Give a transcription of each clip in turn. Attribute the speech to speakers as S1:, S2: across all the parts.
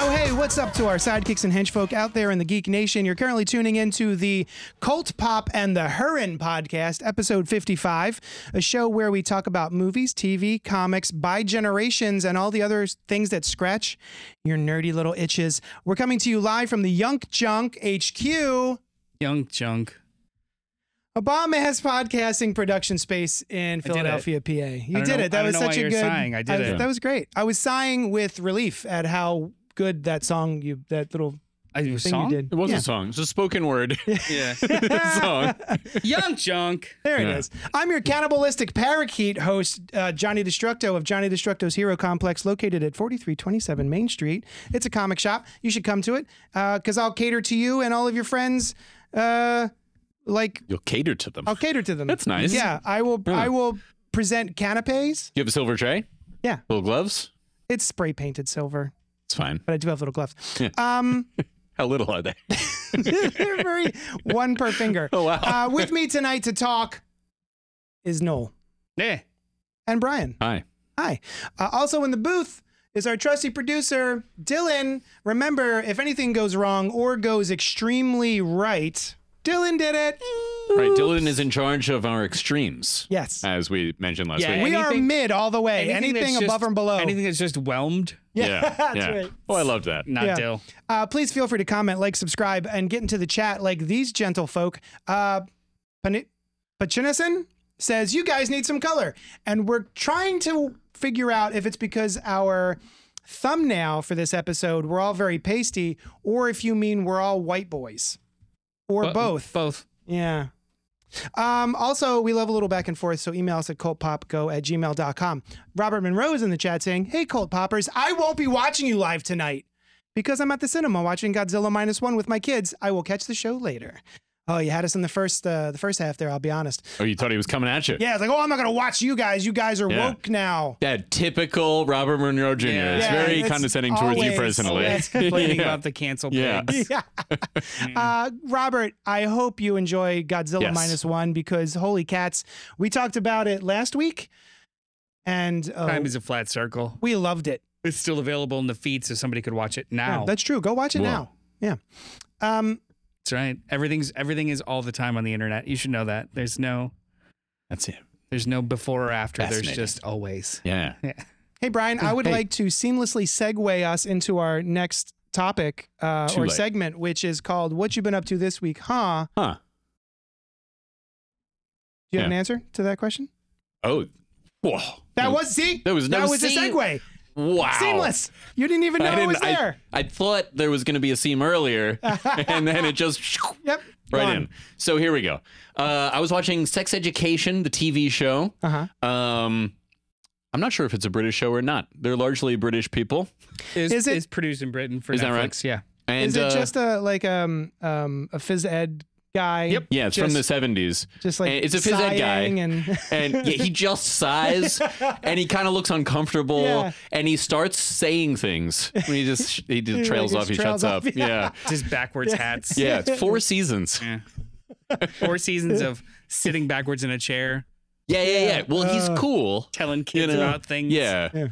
S1: Oh, hey, what's up to our sidekicks and henchfolk out there in the Geek Nation? You're currently tuning into the Cult Pop and the Hurin podcast, episode 55, a show where we talk about movies, TV, comics, by generations, and all the other things that scratch your nerdy little itches. We're coming to you live from the Yunk Junk HQ.
S2: Young Junk.
S1: A bomb ass podcasting production space in Philadelphia, PA. You did
S2: don't know-
S1: it.
S2: I
S1: That
S2: don't
S1: was
S2: know
S1: such
S2: why
S1: a
S2: you're
S1: good.
S2: sighing. I did
S1: was-
S2: it.
S1: That was great. I was sighing with relief at how good that song you that little
S2: I was
S1: thing
S2: song?
S1: you did.
S3: It was
S1: Yeah.
S3: a song. It's a spoken word
S2: Yeah.
S3: song.
S2: Young Junk.
S1: There it
S3: Yeah.
S1: is. I'm your cannibalistic parakeet host, uh, Johnny Destructo of Johnny Destructo's Hero Complex, located at 4327 Main Street. It's a comic shop. You should come to it because I'll cater to you and all of your friends. Uh, like
S3: You'll cater to them.
S1: I'll cater to them.
S3: That's nice.
S1: Yeah, I will. I will present canapes.
S3: You have a silver tray?
S1: Yeah.
S3: Little gloves?
S1: It's spray painted silver,
S3: It's fine.
S1: but I do have little gloves. Um,
S3: How little are they?
S1: Very- one per finger.
S3: Oh, wow.
S1: Uh, with me tonight to talk is Noel
S2: Yeah.
S1: and Brian.
S3: Hi.
S1: Hi. Uh, also in the booth is our trusty producer, Dylan. Remember, if anything goes wrong or goes extremely right, Dylan did it.
S3: Right. Dylan is in charge of our extremes.
S1: Yes.
S3: As we mentioned last
S2: Yeah,
S3: week.
S1: we are
S2: anything-
S1: mid all the way. Anything,
S2: that's just-
S1: above and below.
S2: Anything that's just whelmed.
S1: yeah, that's
S3: yeah.
S1: right.
S3: Oh, I loved that.
S2: Not
S1: Yeah.
S2: Dill.
S1: Uh, please feel free to comment, like, subscribe, and get into the chat like these gentle folk. Uh, Pani- Pachinison says, You guys need some color. And we're trying to figure out if it's because our thumbnail for this episode, we're all very pasty, or if you mean we're all white boys, or
S2: Bu-
S1: both.
S2: Both.
S1: Yeah. Um, also, we love a little back and forth, so email us at cultpopgo at gmail.com. Robert Monroe is in the chat saying, Hey, cult poppers, I won't be watching you live tonight because I'm at the cinema watching Godzilla Minus One with my kids. I will catch the show later. Oh, you had us in the first uh, the first half there, I'll be honest.
S3: Oh, you thought he was coming at you?
S1: Yeah, it's like, oh, I'm not going to watch you guys. You guys are
S3: Yeah.
S1: woke now.
S3: That typical Robert Monroe Jr.
S2: Yeah.
S3: It's
S1: Yeah,
S3: very
S1: it's
S3: condescending towards you
S1: always-
S3: personally.
S1: always
S2: Complaining
S3: Yeah.
S2: about the cancel
S3: Yeah.
S2: pigs.
S1: Yeah. uh, Robert, I hope you enjoy Godzilla
S3: Yes.
S1: Minus One because holy cats, we talked about it last week. And uh,
S2: Time is a flat circle.
S1: We loved it.
S2: It's still available in the feed, so somebody could watch it
S1: Yeah,
S2: now.
S1: that's true. Go watch it
S3: Whoa.
S1: now. Yeah. Um,
S2: That's right. Everything's everything is all the time on the internet. You should know that. There's no
S3: That's it.
S2: there's no before or after. There's
S3: Fascinating.
S2: just always.
S3: Yeah.
S1: hey, Brian, I would
S2: Hey.
S1: like to seamlessly segue us into our next topic uh,
S3: Too
S1: or
S3: late.
S1: segment, which is called What You Been Up to This Week, Huh?
S3: Huh.
S1: Do you have
S3: Yeah.
S1: an answer to that question?
S3: Oh. Whoa.
S1: That
S3: No-
S1: was, see?
S3: There was no
S1: That was a
S3: se-
S1: segue.
S3: wow.
S1: Seamless. You didn't even know
S3: I
S1: it
S3: didn't.
S1: was
S3: I,
S1: there.
S3: I thought there was going to be a seam earlier, and then it just
S1: Yep.
S3: right
S1: Gone.
S3: in. So here we go. Uh, I was watching Sex Education, the TV show.
S1: Uh-huh.
S3: Um, I'm not sure if it's a British show or not. They're largely British people,
S2: Is,
S1: Is it-
S2: it's produced in Britain for
S3: Is that
S2: Netflix.
S3: right?
S2: Yeah.
S3: and
S1: Is it
S3: uh,
S1: just a like um um a phys ed guy?
S2: Yep.
S3: yeah, it's from the 70s.
S1: Just like
S3: And it's a phys ed guy.
S1: sighing and
S3: and yeah, he just sighs and he kind of looks uncomfortable
S1: Yeah.
S3: and he starts saying things And he just he just trails
S1: just
S3: off he
S1: trails
S3: shuts
S1: off,
S3: up yeah
S2: Just backwards hats.
S3: yeah it's four seasons
S2: Yeah. Four seasons of sitting backwards in a chair,
S3: yeah yeah yeah well he's cool
S2: telling kids
S3: you know
S2: about things.
S3: yeah,
S1: Uh, Yeah.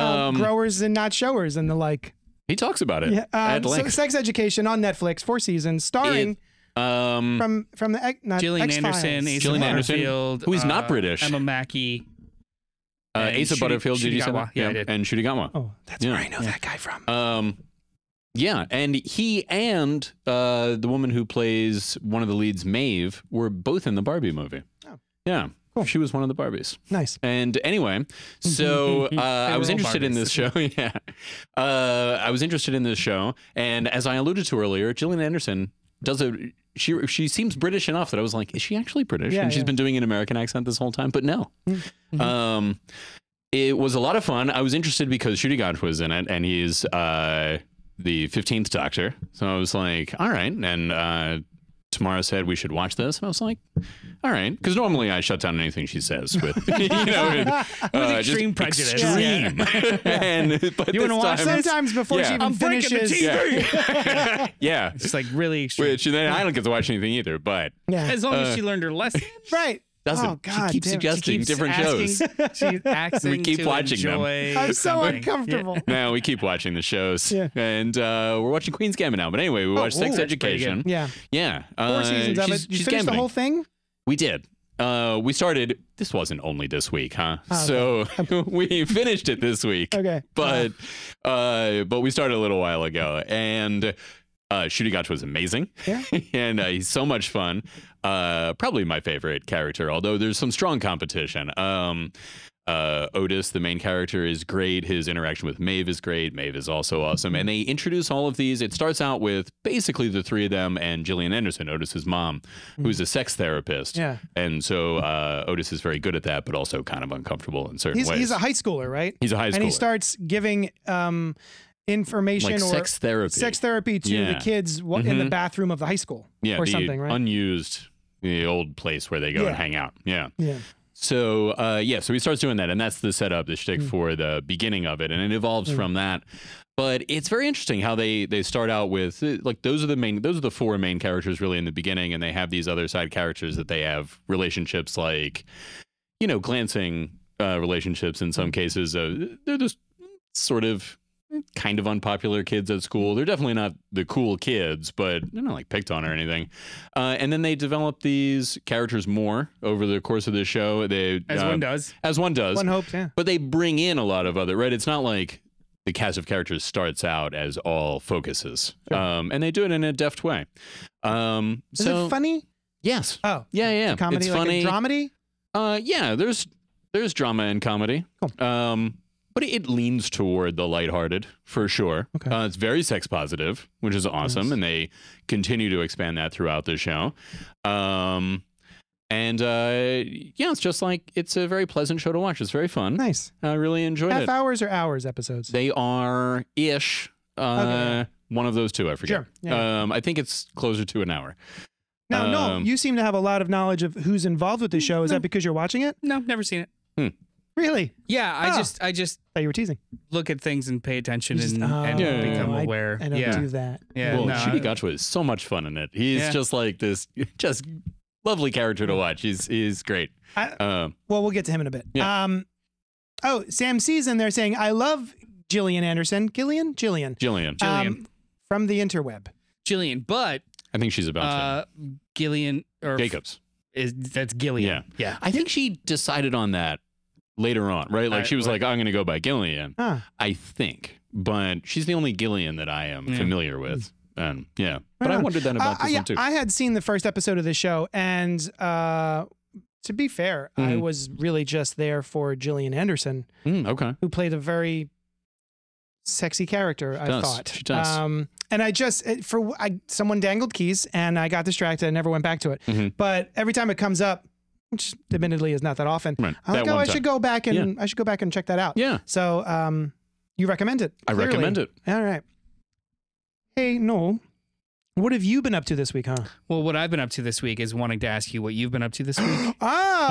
S1: Oh,
S3: Um,
S1: growers and not showers and the like.
S3: he talks about it
S1: Yeah, um,
S3: at
S1: so
S3: length
S1: Sex Education on Netflix, four seasons, starring
S3: um
S1: from from the X- not
S2: Gillian
S1: X-Files.
S2: Anderson, Asa
S3: Gillian Anderson,
S2: Butterfield,
S3: who is not British.
S2: Emma Mackey.
S3: uh,
S2: and
S3: Asa
S2: Shuri-
S3: Butterfield did you say
S2: Shurigawa.
S3: that?
S2: Yeah, I did. Oh.
S3: and Shurigawa
S1: Oh, that's
S3: Yeah.
S1: where I know that guy from.
S3: Um, yeah, and he and uh, the woman who plays one of the leads, Maeve, were both in the Barbie movie.
S1: Oh.
S3: Yeah, she was one of the Barbies.
S1: Nice.
S3: And anyway, so uh, I was
S2: were all
S3: interested in
S2: Barbies.
S3: this show. yeah, uh, I was interested in this show, and as I alluded to earlier, Gillian Anderson does a. She she seems British enough that I was like, is she actually British?
S1: Yeah,
S3: and she's
S1: yeah.
S2: Mm-hmm.
S3: been doing an American accent this whole time, but no. Um, It was a lot of fun. I was interested because Shootiganj was in it, and he's uh, the fifteenth Doctor. So I was like, all right. And uh, Tamara said we should watch this, and I was like, all right, because normally I shut down anything she says with you know uh, just
S2: extreme prejudice.
S3: Extreme. and but
S2: You wanna
S3: this
S2: watch
S3: time-
S2: this?
S1: Sometimes before she
S3: Yeah.
S1: even
S3: I'm
S2: breaking the
S1: finishes,
S2: teeth.
S3: Yeah. yeah.
S2: It's like really extreme.
S3: Which uh, and then I don't get to watch anything either, but
S1: yeah,
S2: as long as she learned her lesson,
S1: right.
S3: doesn't
S1: Oh God,
S3: she keeps
S1: damn it. She
S3: suggesting
S2: keeps
S3: different
S2: asking,
S3: shows.
S2: She's asking
S3: We keep
S2: to
S3: watching them.
S2: enjoy
S1: I'm so
S2: something.
S1: uncomfortable.
S3: No, we keep watching the shows,
S1: Yeah.
S3: and uh, we're watching Queen's Gambit now. But anyway, we watched Sex
S2: Oh, ooh, that's pretty
S3: Education.
S1: Yeah,
S3: yeah.
S1: four
S3: uh,
S1: seasons of
S3: she's-
S1: it. You
S3: she's
S1: finished the
S3: gambiting.
S1: whole thing.
S3: We did. Uh, we started. This wasn't only this week, huh? So we finished it this week.
S1: Oh, Okay.
S3: But uh, but we started a little while ago, and uh, Shurigato was amazing.
S1: Yeah.
S3: and uh, he's so much fun. Uh, probably my favorite character, although there's some strong competition. Um, uh, Otis, the main character, is great. His interaction with Maeve is great. Maeve is also awesome. And they introduce all of these. It starts out with basically the three of them and Gillian Anderson, Otis's mom, who's a sex therapist.
S1: Mm. Yeah.
S3: And so uh, Otis is very good at that, but also kind of uncomfortable in certain
S1: He's
S3: ways.
S1: he's a high schooler, right?
S3: He's a high
S1: and he
S3: schooler.
S1: starts giving um, information
S3: like
S1: or
S3: sex therapy.
S1: sex therapy to
S3: Yeah. Mm-hmm.
S1: the kids wha- in the bathroom of the high school
S3: yeah,
S1: or
S3: the
S1: something, right?
S3: Unused, the old place where they go
S1: Yeah.
S3: and hang out. Yeah.
S1: yeah.
S3: So uh, yeah, so he starts doing that, and that's the setup, the shtick for the beginning of it, and it evolves from that. But it's very interesting how they they start out with uh, like those are the main those are the four main characters really in the beginning, and they have these other side characters that they have relationships like, you know, glancing uh, relationships in some cases. Uh, they're just sort of eh, kind of unpopular kids at school. They're definitely not the cool kids, but they're not like picked on or anything. Uh, and then they develop these characters more over the course of the show. They
S2: As
S3: uh,
S2: one does.
S3: as one does.
S1: One hopes, yeah.
S3: But they bring in a lot of other right. It's not like the cast of characters starts out as all focuses, um, and they do it in a deft way. Um,
S1: Is
S3: so
S1: it funny?
S3: yes,
S1: Oh,
S3: yeah, yeah,
S1: comedy,
S3: It's
S1: like
S3: funny.
S1: a dramedy.
S3: Uh, yeah, there's there's drama and comedy. Um, but it leans toward the lighthearted for sure.
S1: Okay.
S3: Uh, it's very sex positive, which is awesome, and they continue to expand that throughout the show. Um, and uh, yeah, it's just like it's a very pleasant show to watch. It's very fun.
S1: Nice.
S3: I really enjoyed
S1: Half
S3: it.
S1: hours or hours episodes?
S3: They are ish. Uh,
S1: yeah.
S3: One of those two, I forget.
S1: Sure. Yeah.
S3: Um, I think it's closer to an hour.
S1: No, no.
S3: um, Mm,
S1: You seem to have a lot of knowledge of who's involved with the show. Is that because you're watching it?
S2: No, never seen it.
S1: Really?
S2: Yeah, I
S1: Oh.
S2: just I just
S1: Thought you were teasing.
S2: look at things and pay attention
S1: You just-
S2: and, and
S1: oh,
S3: Yeah, yeah, yeah.
S2: become
S1: I-
S2: aware.
S1: I don't
S2: yeah.
S1: do that.
S2: yeah.
S3: well,
S2: no,
S3: Shuri Gotchwa is so much fun in it. He's
S2: Yeah.
S3: just like this, just lovely character to watch. He's he's great.
S1: I-
S3: Um,
S1: Well, we'll get to him in a bit.
S3: Yeah.
S1: Um, oh, Sam C's in there saying, "I love Gillian Anderson." Gillian, Gillian,
S3: Jillian,
S2: Gillian.
S1: Um, from the interweb.
S2: Jillian, but
S3: I think she's about
S2: uh, Gillian or
S3: to. Jacobs.
S2: is that's Gillian. Yeah.
S3: I think she decided on that later on, right? Like
S2: I-
S3: she was
S2: like-
S3: like, "I'm going to go by Gillian,"
S1: Huh.
S3: I think. But she's the only Gillian that I am
S2: Yeah.
S3: familiar with. And yeah, Hmm. but
S1: Right
S3: I
S1: on.
S3: wondered that about
S1: Uh,
S3: this
S1: I,
S3: one too.
S1: I had seen the first episode of the show, and uh, to be fair, I
S3: Mhm.
S1: was really just there for Gillian Anderson,
S3: Mm, okay.
S1: who played a very sexy character. I
S3: does.
S1: thought
S3: She does.
S1: Um, and I just it, for I someone dangled keys, and I got distracted. and never went back to it.
S3: Mhm.
S1: But every time it comes up, which admittedly is not that often,
S3: Right.
S1: I'm
S3: That
S1: like, oh,
S3: one
S1: I
S3: time.
S1: should go back and I should go back and check that out.
S3: Yeah.
S1: So, um, you recommend it?
S3: I
S1: clearly.
S3: recommend it.
S1: All right. Hey, Noel, what have you been up to this week, huh?
S2: Well, what I've been up to this week is wanting to ask you what you've been up to this week.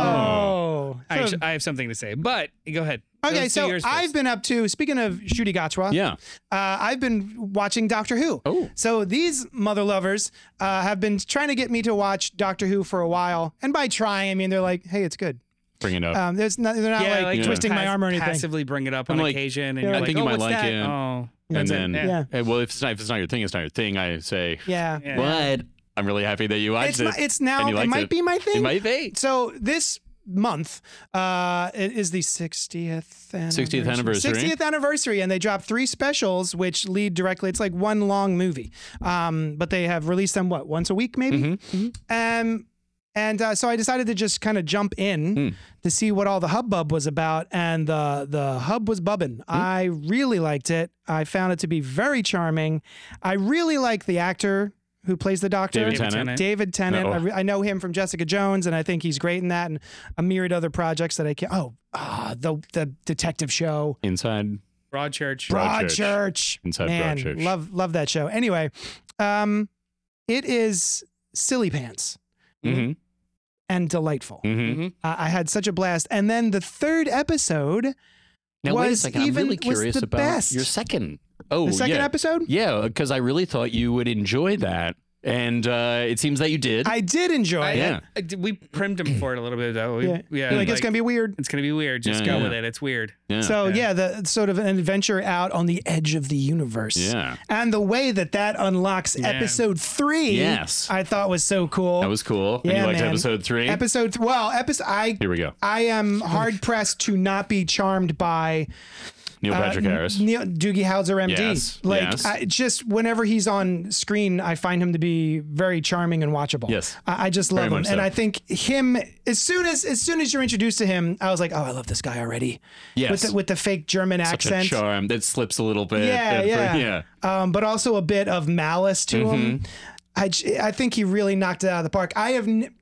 S1: Oh.
S2: I, actu- I have something to say, but go ahead.
S1: okay,
S2: Let's do
S1: so
S2: yours
S1: I've
S2: first.
S1: been up to, speaking of Shudi Gatwa,
S3: Yeah.
S1: uh, I've been watching Doctor Who.
S3: Oh.
S1: So these mother lovers uh, have been trying to get me to watch Doctor Who for a while. And by trying, I mean they're like, hey, it's good.
S3: Bring it up.
S1: Um, there's not, they're not
S2: yeah,
S1: like,
S2: like
S1: twisting my
S2: pass-
S1: arm or anything.
S2: Passively bring it up
S3: I'm
S2: on
S3: like,
S2: occasion, and
S1: yeah,
S2: you're
S1: I
S2: like,
S3: think you
S2: oh,
S3: might
S2: what's
S3: like
S2: that?
S3: it.
S2: Oh,
S3: and
S2: that's it.
S3: then,
S2: Yeah.
S1: Yeah.
S3: eh, well, if it's not if it's not your thing, it's not your thing. I say,
S1: Yeah.
S2: Yeah.
S3: but I'm really happy that you
S1: It's,
S3: watched it.
S1: my, it's now,
S3: and you
S1: it
S3: liked
S1: might
S3: it.
S1: be my thing.
S3: It might be.
S1: So this month uh, it is the 60th anniversary.
S3: 60th anniversary.
S1: 60th anniversary, and they dropped three specials, which lead directly. It's like one long movie, um, but they have released them what once a week, maybe.
S3: Mm-hmm.
S1: Um, and uh, so I decided to just kind of jump in
S3: Hmm.
S1: to see what all the hubbub was about, and the the hub was
S3: Hmm.
S1: bubbin. I really liked it. I found it to be very charming. I really like the actor who plays the doctor.
S3: David David Tennant. Tennant.
S1: David Tennant.
S3: No.
S1: I, re- I know him from Jessica Jones, and I think he's great in that, and a myriad other projects that I can. Oh, ah, the the detective show.
S3: Inside
S2: Broadchurch.
S1: Broadchurch.
S3: Inside
S1: Man,
S3: Broadchurch.
S1: Love love that show. Anyway, um, it is silly pants
S3: Mm-hmm.
S1: and delightful.
S3: Mm-hmm.
S1: I I had such a blast. And then the third episode,
S3: Now wait a
S1: was
S3: second.
S1: even-
S3: I'm really
S1: was
S3: curious
S1: the
S3: about
S1: best.
S3: your second. Oh,
S1: the second
S3: yeah.
S1: episode,
S3: Yeah, because I really thought you would enjoy that, and uh, it seems that you did.
S1: I did enjoy.
S2: I,
S1: it.
S3: Yeah.
S2: I- I- we primed him for it a little bit though. We,
S1: Yeah.
S2: yeah.
S1: You're like, it's gonna be weird.
S2: it's gonna be weird. Just
S3: Yeah,
S2: go
S3: yeah.
S2: with it. It's weird.
S3: yeah.
S1: So yeah.
S2: Yeah.
S1: the sort of an adventure out on the edge of the universe.
S3: Yeah.
S1: And the way that that unlocks
S2: Yeah.
S1: episode three,
S3: Yes.
S1: I thought was so cool.
S3: that was cool.
S1: Yeah,
S3: and you liked
S1: man.
S3: episode three.
S1: episode. Th- well, episode. I
S3: Here we go.
S1: I am hard pressed to not be charmed by
S3: Neil
S1: uh,
S3: Patrick Harris.
S1: Neil, Doogie Howser, MD.
S3: Yes,
S1: Like,
S3: yes.
S1: I, just whenever he's on screen, I find him to be very charming and watchable.
S3: Yes.
S1: I, I just love him,
S3: much
S1: and
S3: so.
S1: I think him as soon as as soon as you're introduced to him, I was like, oh, I love this guy already.
S3: Yes.
S1: with the, with the fake German
S3: Such
S1: accent.
S3: a charm that slips a little bit.
S1: Yeah,
S3: And for-
S1: yeah.
S3: yeah.
S1: um, but also a bit of malice to
S3: Mm-hmm.
S1: him. I, j- I think he really knocked it out of the park. I have n-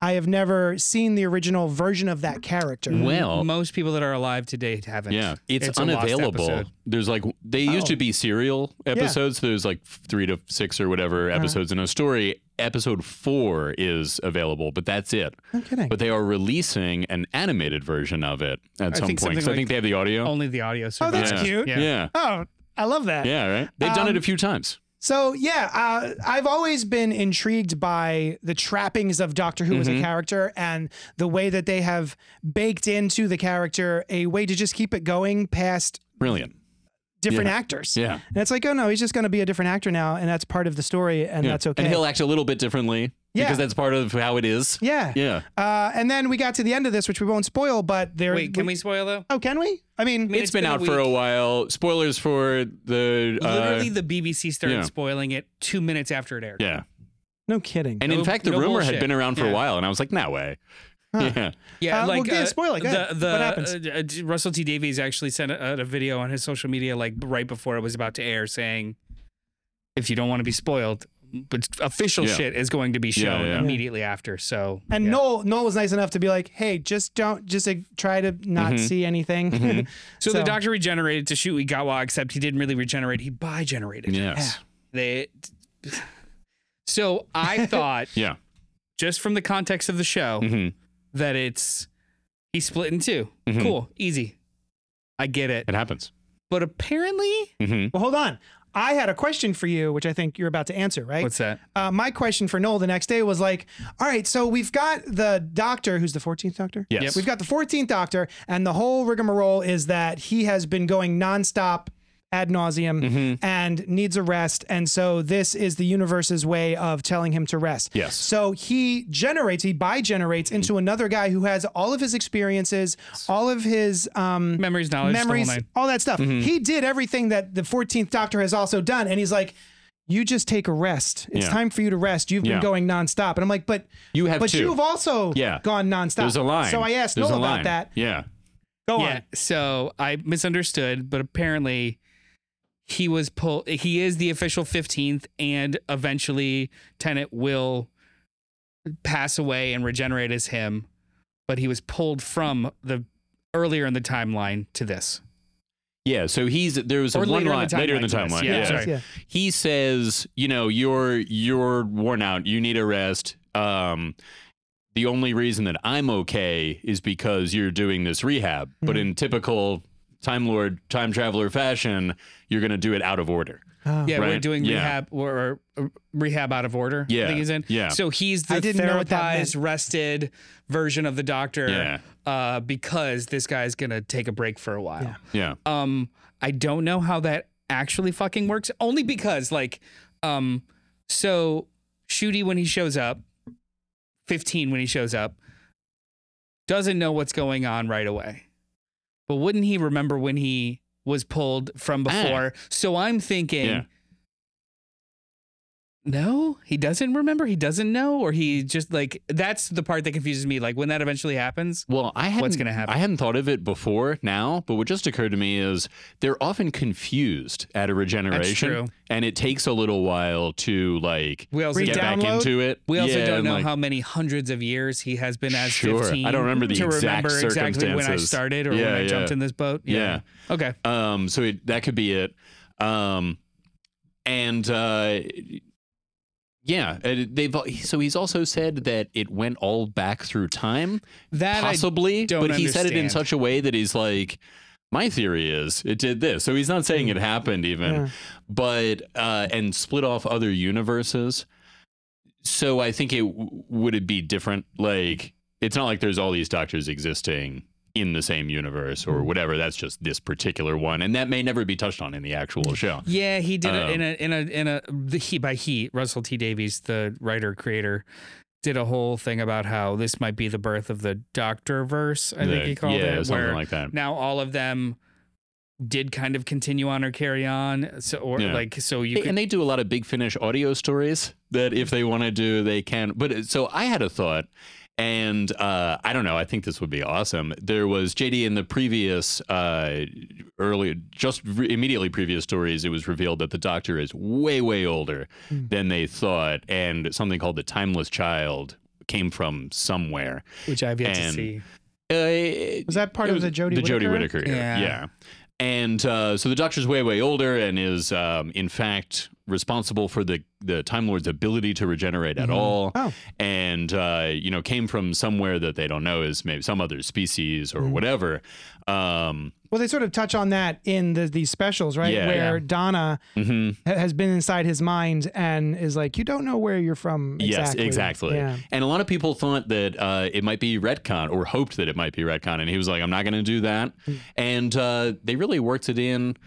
S1: I have never seen the original version of that character.
S3: Well,
S2: Most people that are alive today haven't.
S3: Yeah, it's,
S2: a lost
S3: unavailable.
S2: episode.
S3: There's like they used
S1: Oh.
S3: to be serial episodes. There's like three to six or whatever episodes in a story. Episode four is available, but that's it.
S1: No kidding.
S3: But they are releasing an animated version of it at some
S2: think
S3: point. 'cause
S2: something
S3: I think
S2: like-
S3: they have the audio.
S2: Only the audio.
S1: Oh, that's
S2: survived.
S1: cute.
S3: yeah. yeah,
S1: oh, I love that.
S3: right. They've done it a few times.
S1: So yeah, uh, I've always been intrigued by the trappings of Doctor Who
S3: Mm-hmm.
S1: as a character and the way that they have baked into the character a way to just keep it going past
S3: Brilliant.
S1: different actors.
S3: Yeah,
S1: And it's like, oh no, he's just going to be a different actor now, and that's part of the story, and
S3: Yeah.
S1: that's okay.
S3: And he'll act a little bit differently
S1: Yeah.
S3: because that's part of how it is.
S1: yeah.
S3: Yeah.
S1: Uh, and then we got to the end of this, which we won't spoil, but there.
S2: Wait, can we spoil though?
S1: Oh, can we? I mean,
S2: mean,
S3: it's been, out
S2: week.
S3: for a while. Spoilers for the. Uh,
S2: Literally, the BBC started
S3: yeah.
S2: spoiling it two minutes after it aired.
S3: yeah.
S1: no kidding.
S3: And in
S2: No-
S3: fact, the
S2: no
S3: rumor had
S2: bullshit.
S3: been around for a
S2: Yeah.
S3: while, and I was like, "No way." Yeah.
S2: Yeah,
S1: Uh, well,
S2: like
S1: yeah,
S2: uh,
S1: spoil it, go
S2: The,
S1: ahead.
S2: the,
S1: What happens?
S2: uh, uh, D- Russell T Davies actually sent out a video on his social media like right before it was about to air, saying, "If you don't want to be spoiled, but official
S3: Yeah.
S2: shit is going to be
S3: Yeah,
S2: shown
S3: yeah.
S2: immediately after." So
S1: And
S2: yeah.
S1: Noel, Noel was nice enough to be like, "Hey, just don't, just like, try to not
S3: Mhm.
S1: see anything."
S2: so, the
S1: so-
S2: doctor regenerated to shoot Igawa, except he didn't really regenerate; he bi-generated.
S3: Yes.
S2: They. So I thought,
S3: Yeah.
S2: just from the context of the show,
S3: hmm
S2: that it's he split in 2
S3: Mhm.
S2: Cool, easy. I get it.
S3: It happens.
S2: But apparently,
S3: hmm
S1: well, hold on. I had a question for you, which I think you're about to answer, right?
S2: what's that?
S1: uh, my question for Noel the next day was like, all right, so we've got the doctor, who's the 14th doctor?
S3: Yes. Yep.
S1: We've got the 14th doctor, and the whole rigmarole is that he has been going nonstop ad nauseum and needs a rest. And so this is the universe's way of telling him to rest.
S3: Yes.
S1: So he generates, he bi generates into another guy who has all of his experiences, all of his um,
S2: Memories, knowledge, the whole
S1: memories,
S2: nine.
S1: all that stuff.
S3: Mm-hmm.
S1: He did everything that the 14th Doctor has also done. And he's like, you just take a rest. It's
S3: Yeah.
S1: time for you to rest. You've been
S3: Yeah.
S1: going nonstop. And I'm like, but
S3: You have
S1: but
S3: two.
S1: you've also
S3: Yeah.
S1: gone nonstop.
S3: There's a line.
S1: So I asked
S3: There's
S1: Noel
S3: a
S1: about
S3: line.
S1: that.
S3: Yeah.
S1: Go
S2: yeah.
S1: on.
S2: So I misunderstood, but apparently he was pull. He is the official fifteenth, and eventually Tennant will pass away and regenerate as him. But he was pulled from the earlier in the timeline to this.
S3: Yeah. So he's there was
S2: Or
S3: one
S2: later in
S3: line
S2: the
S3: later in the
S2: timeline,
S3: timeline.
S2: yes. Yeah,
S1: sorry. Yeah.
S3: He says, you know, you're you're worn out. You need a rest. Um, the only reason that I'm okay is because you're doing this rehab. But
S2: Hmm.
S3: in typical Time Lord, time traveler fashion, you're gonna do it out of order.
S1: Oh.
S2: Yeah, we're
S3: Right.
S2: doing
S3: Yeah.
S2: rehab or, or rehab out of order. I
S3: Yeah.
S2: think he's in.
S3: Yeah.
S2: So he's the
S1: I didn't know what that meant.
S2: therapized, rested version of the doctor.
S3: Yeah.
S2: Uh, because this guy's gonna take a break for a while.
S1: Yeah.
S3: Yeah.
S2: Um, I don't know how that actually fucking works. Only because, like, um, so Shooty when he shows up, fifteen when he shows up, doesn't know what's going on right away. But wouldn't he remember when he was pulled from
S3: Ah.
S2: before? So I'm thinking.
S3: Yeah.
S2: no, he doesn't remember. He doesn't know, or he just like that's the part that confuses me. Like when that eventually happens,
S3: Well, I hadn't,
S2: gonna happen?
S3: I hadn't thought of it before now, but what just occurred to me is they're often confused at a regeneration,
S2: true.
S3: and it takes a little while to like
S2: we also
S3: get back
S1: Redownload?
S3: into it.
S2: we also
S3: Yeah,
S2: don't
S3: and,
S2: know
S3: like,
S2: how many hundreds of years he has been as
S3: Sure. I
S2: 15.
S3: don't remember the
S2: to
S3: exact
S2: remember exactly when I
S3: circumstances.
S2: started or
S3: Yeah,
S2: when I
S3: yeah.
S2: jumped in this boat. Okay.
S3: Um, so it, that could be it. Um, and uh, yeah, and they've so he's also said that it went all back through time,
S2: That I
S3: possibly.
S2: don't
S3: but he said it in
S2: understand.
S3: such a way that he's like, my theory is it did this. So he's not saying it
S2: Mm.
S3: happened even,
S1: Yeah.
S3: but uh, and split off other universes. So I think it would it be different. Like it's not like there's all these doctors existing in the same universe
S2: Mm.
S3: or whatever. That's just this particular one, and that may never be touched on in the actual show.
S2: Yeah, he did it
S3: Um,
S2: in a in a in a the he by he Russell T Davies, the writer creator, did a whole thing about how this might be the birth of the Doctor verse. I think
S3: The-
S2: he called
S3: yeah,
S2: it,
S3: something
S2: where
S3: like that.
S2: now all of them did kind of continue on or carry on. So or
S3: Yeah.
S2: like so you
S3: They-
S2: could,
S3: and they do a lot of big finish audio stories that if they want to do they can but uh, so i had a thought and uh, i don't know i think this would be awesome there was jd in the previous uh, earlier just re- immediately previous stories it was revealed that the doctor is way way older
S2: Hmm.
S3: than they thought and something called the timeless child came from somewhere
S2: which I've yet to
S3: and-
S2: see.
S3: uh,
S1: Was that part
S3: it
S1: of the Jodie
S3: the Jodie
S1: Whittaker?
S3: Whittaker? era,
S2: Yeah.
S3: Yeah. And uh, so the Doctor's way, way older, and is um, in fact responsible for the the Time Lord's ability to regenerate at all.
S1: Oh.
S3: And uh, you know, came from somewhere that they don't know is maybe some other species
S1: Mm-hmm.
S3: or whatever. Um,
S1: Well, they sort of touch on that in the, these specials, right?
S3: Yeah.
S1: Where Donna
S3: mhm.
S1: ha- has been inside his mind and is like, "You don't know where you're from." Exactly.
S3: Yes, exactly.
S1: Yeah.
S3: And a lot of people thought that uh, it might be retcon or hoped that it might be retcon. And he was like, I'm not going to do that.
S1: Mm.
S3: And uh, they really worked it in.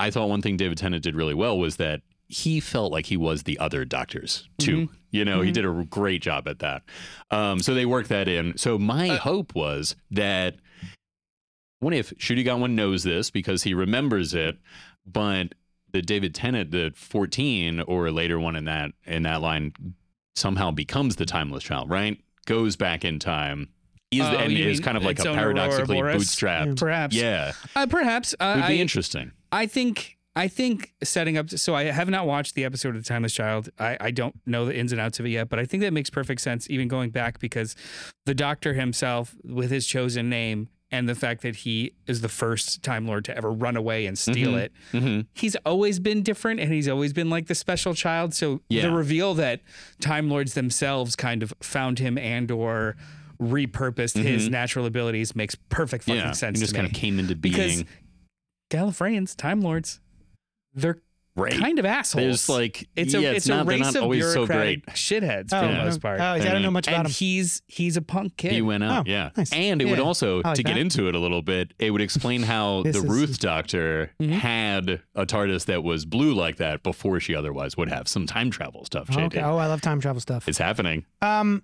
S3: I thought one thing David Tennant did really well was that he felt like he was the other doctors too.
S1: Mm-hmm.
S3: You know, he did a great job at that. Um, so they worked that in. So my
S1: Uh,
S3: hope was that what if Shudigawan knows this because he remembers it, but the David Tennant, the 14 or a later one in that in that line somehow becomes the timeless child, right? Goes back in time. Is
S2: Oh,
S3: and
S2: you
S3: is
S2: mean
S3: kind of like a
S2: its own Aurora
S3: paradoxically
S2: Boreas?
S3: bootstrapped.
S2: Perhaps.
S3: Yeah.
S2: Uh, perhaps. Uh,
S3: It would be
S2: I-
S3: interesting.
S2: I think I think setting up. So I have not watched the episode of the Timeless Child. I, I don't know the ins and outs of it yet, but I think that makes perfect sense. Even going back because the Doctor himself, with his chosen name and the fact that he is the first Time Lord to ever run away and steal
S3: Mhm.
S2: it,
S3: hmm
S2: he's always been different and he's always been like the special child. So
S3: Yeah.
S2: the reveal that Time Lords themselves kind of found him and or repurposed his natural abilities makes perfect fucking
S3: Mm-hmm. Yeah.
S2: sense.
S3: He just
S2: to
S3: kind
S2: me
S3: of came into being.
S2: because Gallifreyans, Time Lords, they're
S3: Right.
S2: kind of assholes.
S3: There's like
S2: it's a
S3: yeah,
S2: it's,
S3: not,
S2: a
S3: they're
S2: race
S3: not
S2: of
S3: always so great.
S2: bureaucratic shitheads for
S1: Oh,
S2: the
S3: Yeah.
S2: most part.
S1: oh, I don't know much about
S2: and
S1: him.
S2: he's he's a punk kid.
S3: He went out,
S1: Oh,
S3: yeah.
S1: nice.
S3: And it would
S2: Yeah.
S3: also,
S1: I like
S3: to get
S1: that.
S3: into it a little bit, it would explain how
S1: This
S3: the
S1: is- Mm-hmm.
S3: Ruth Doctor had a TARDIS that was blue like that before she otherwise would have. Some time travel stuff, JD.
S1: Okay. Oh, I love time travel stuff.
S3: It's happening.
S1: Um,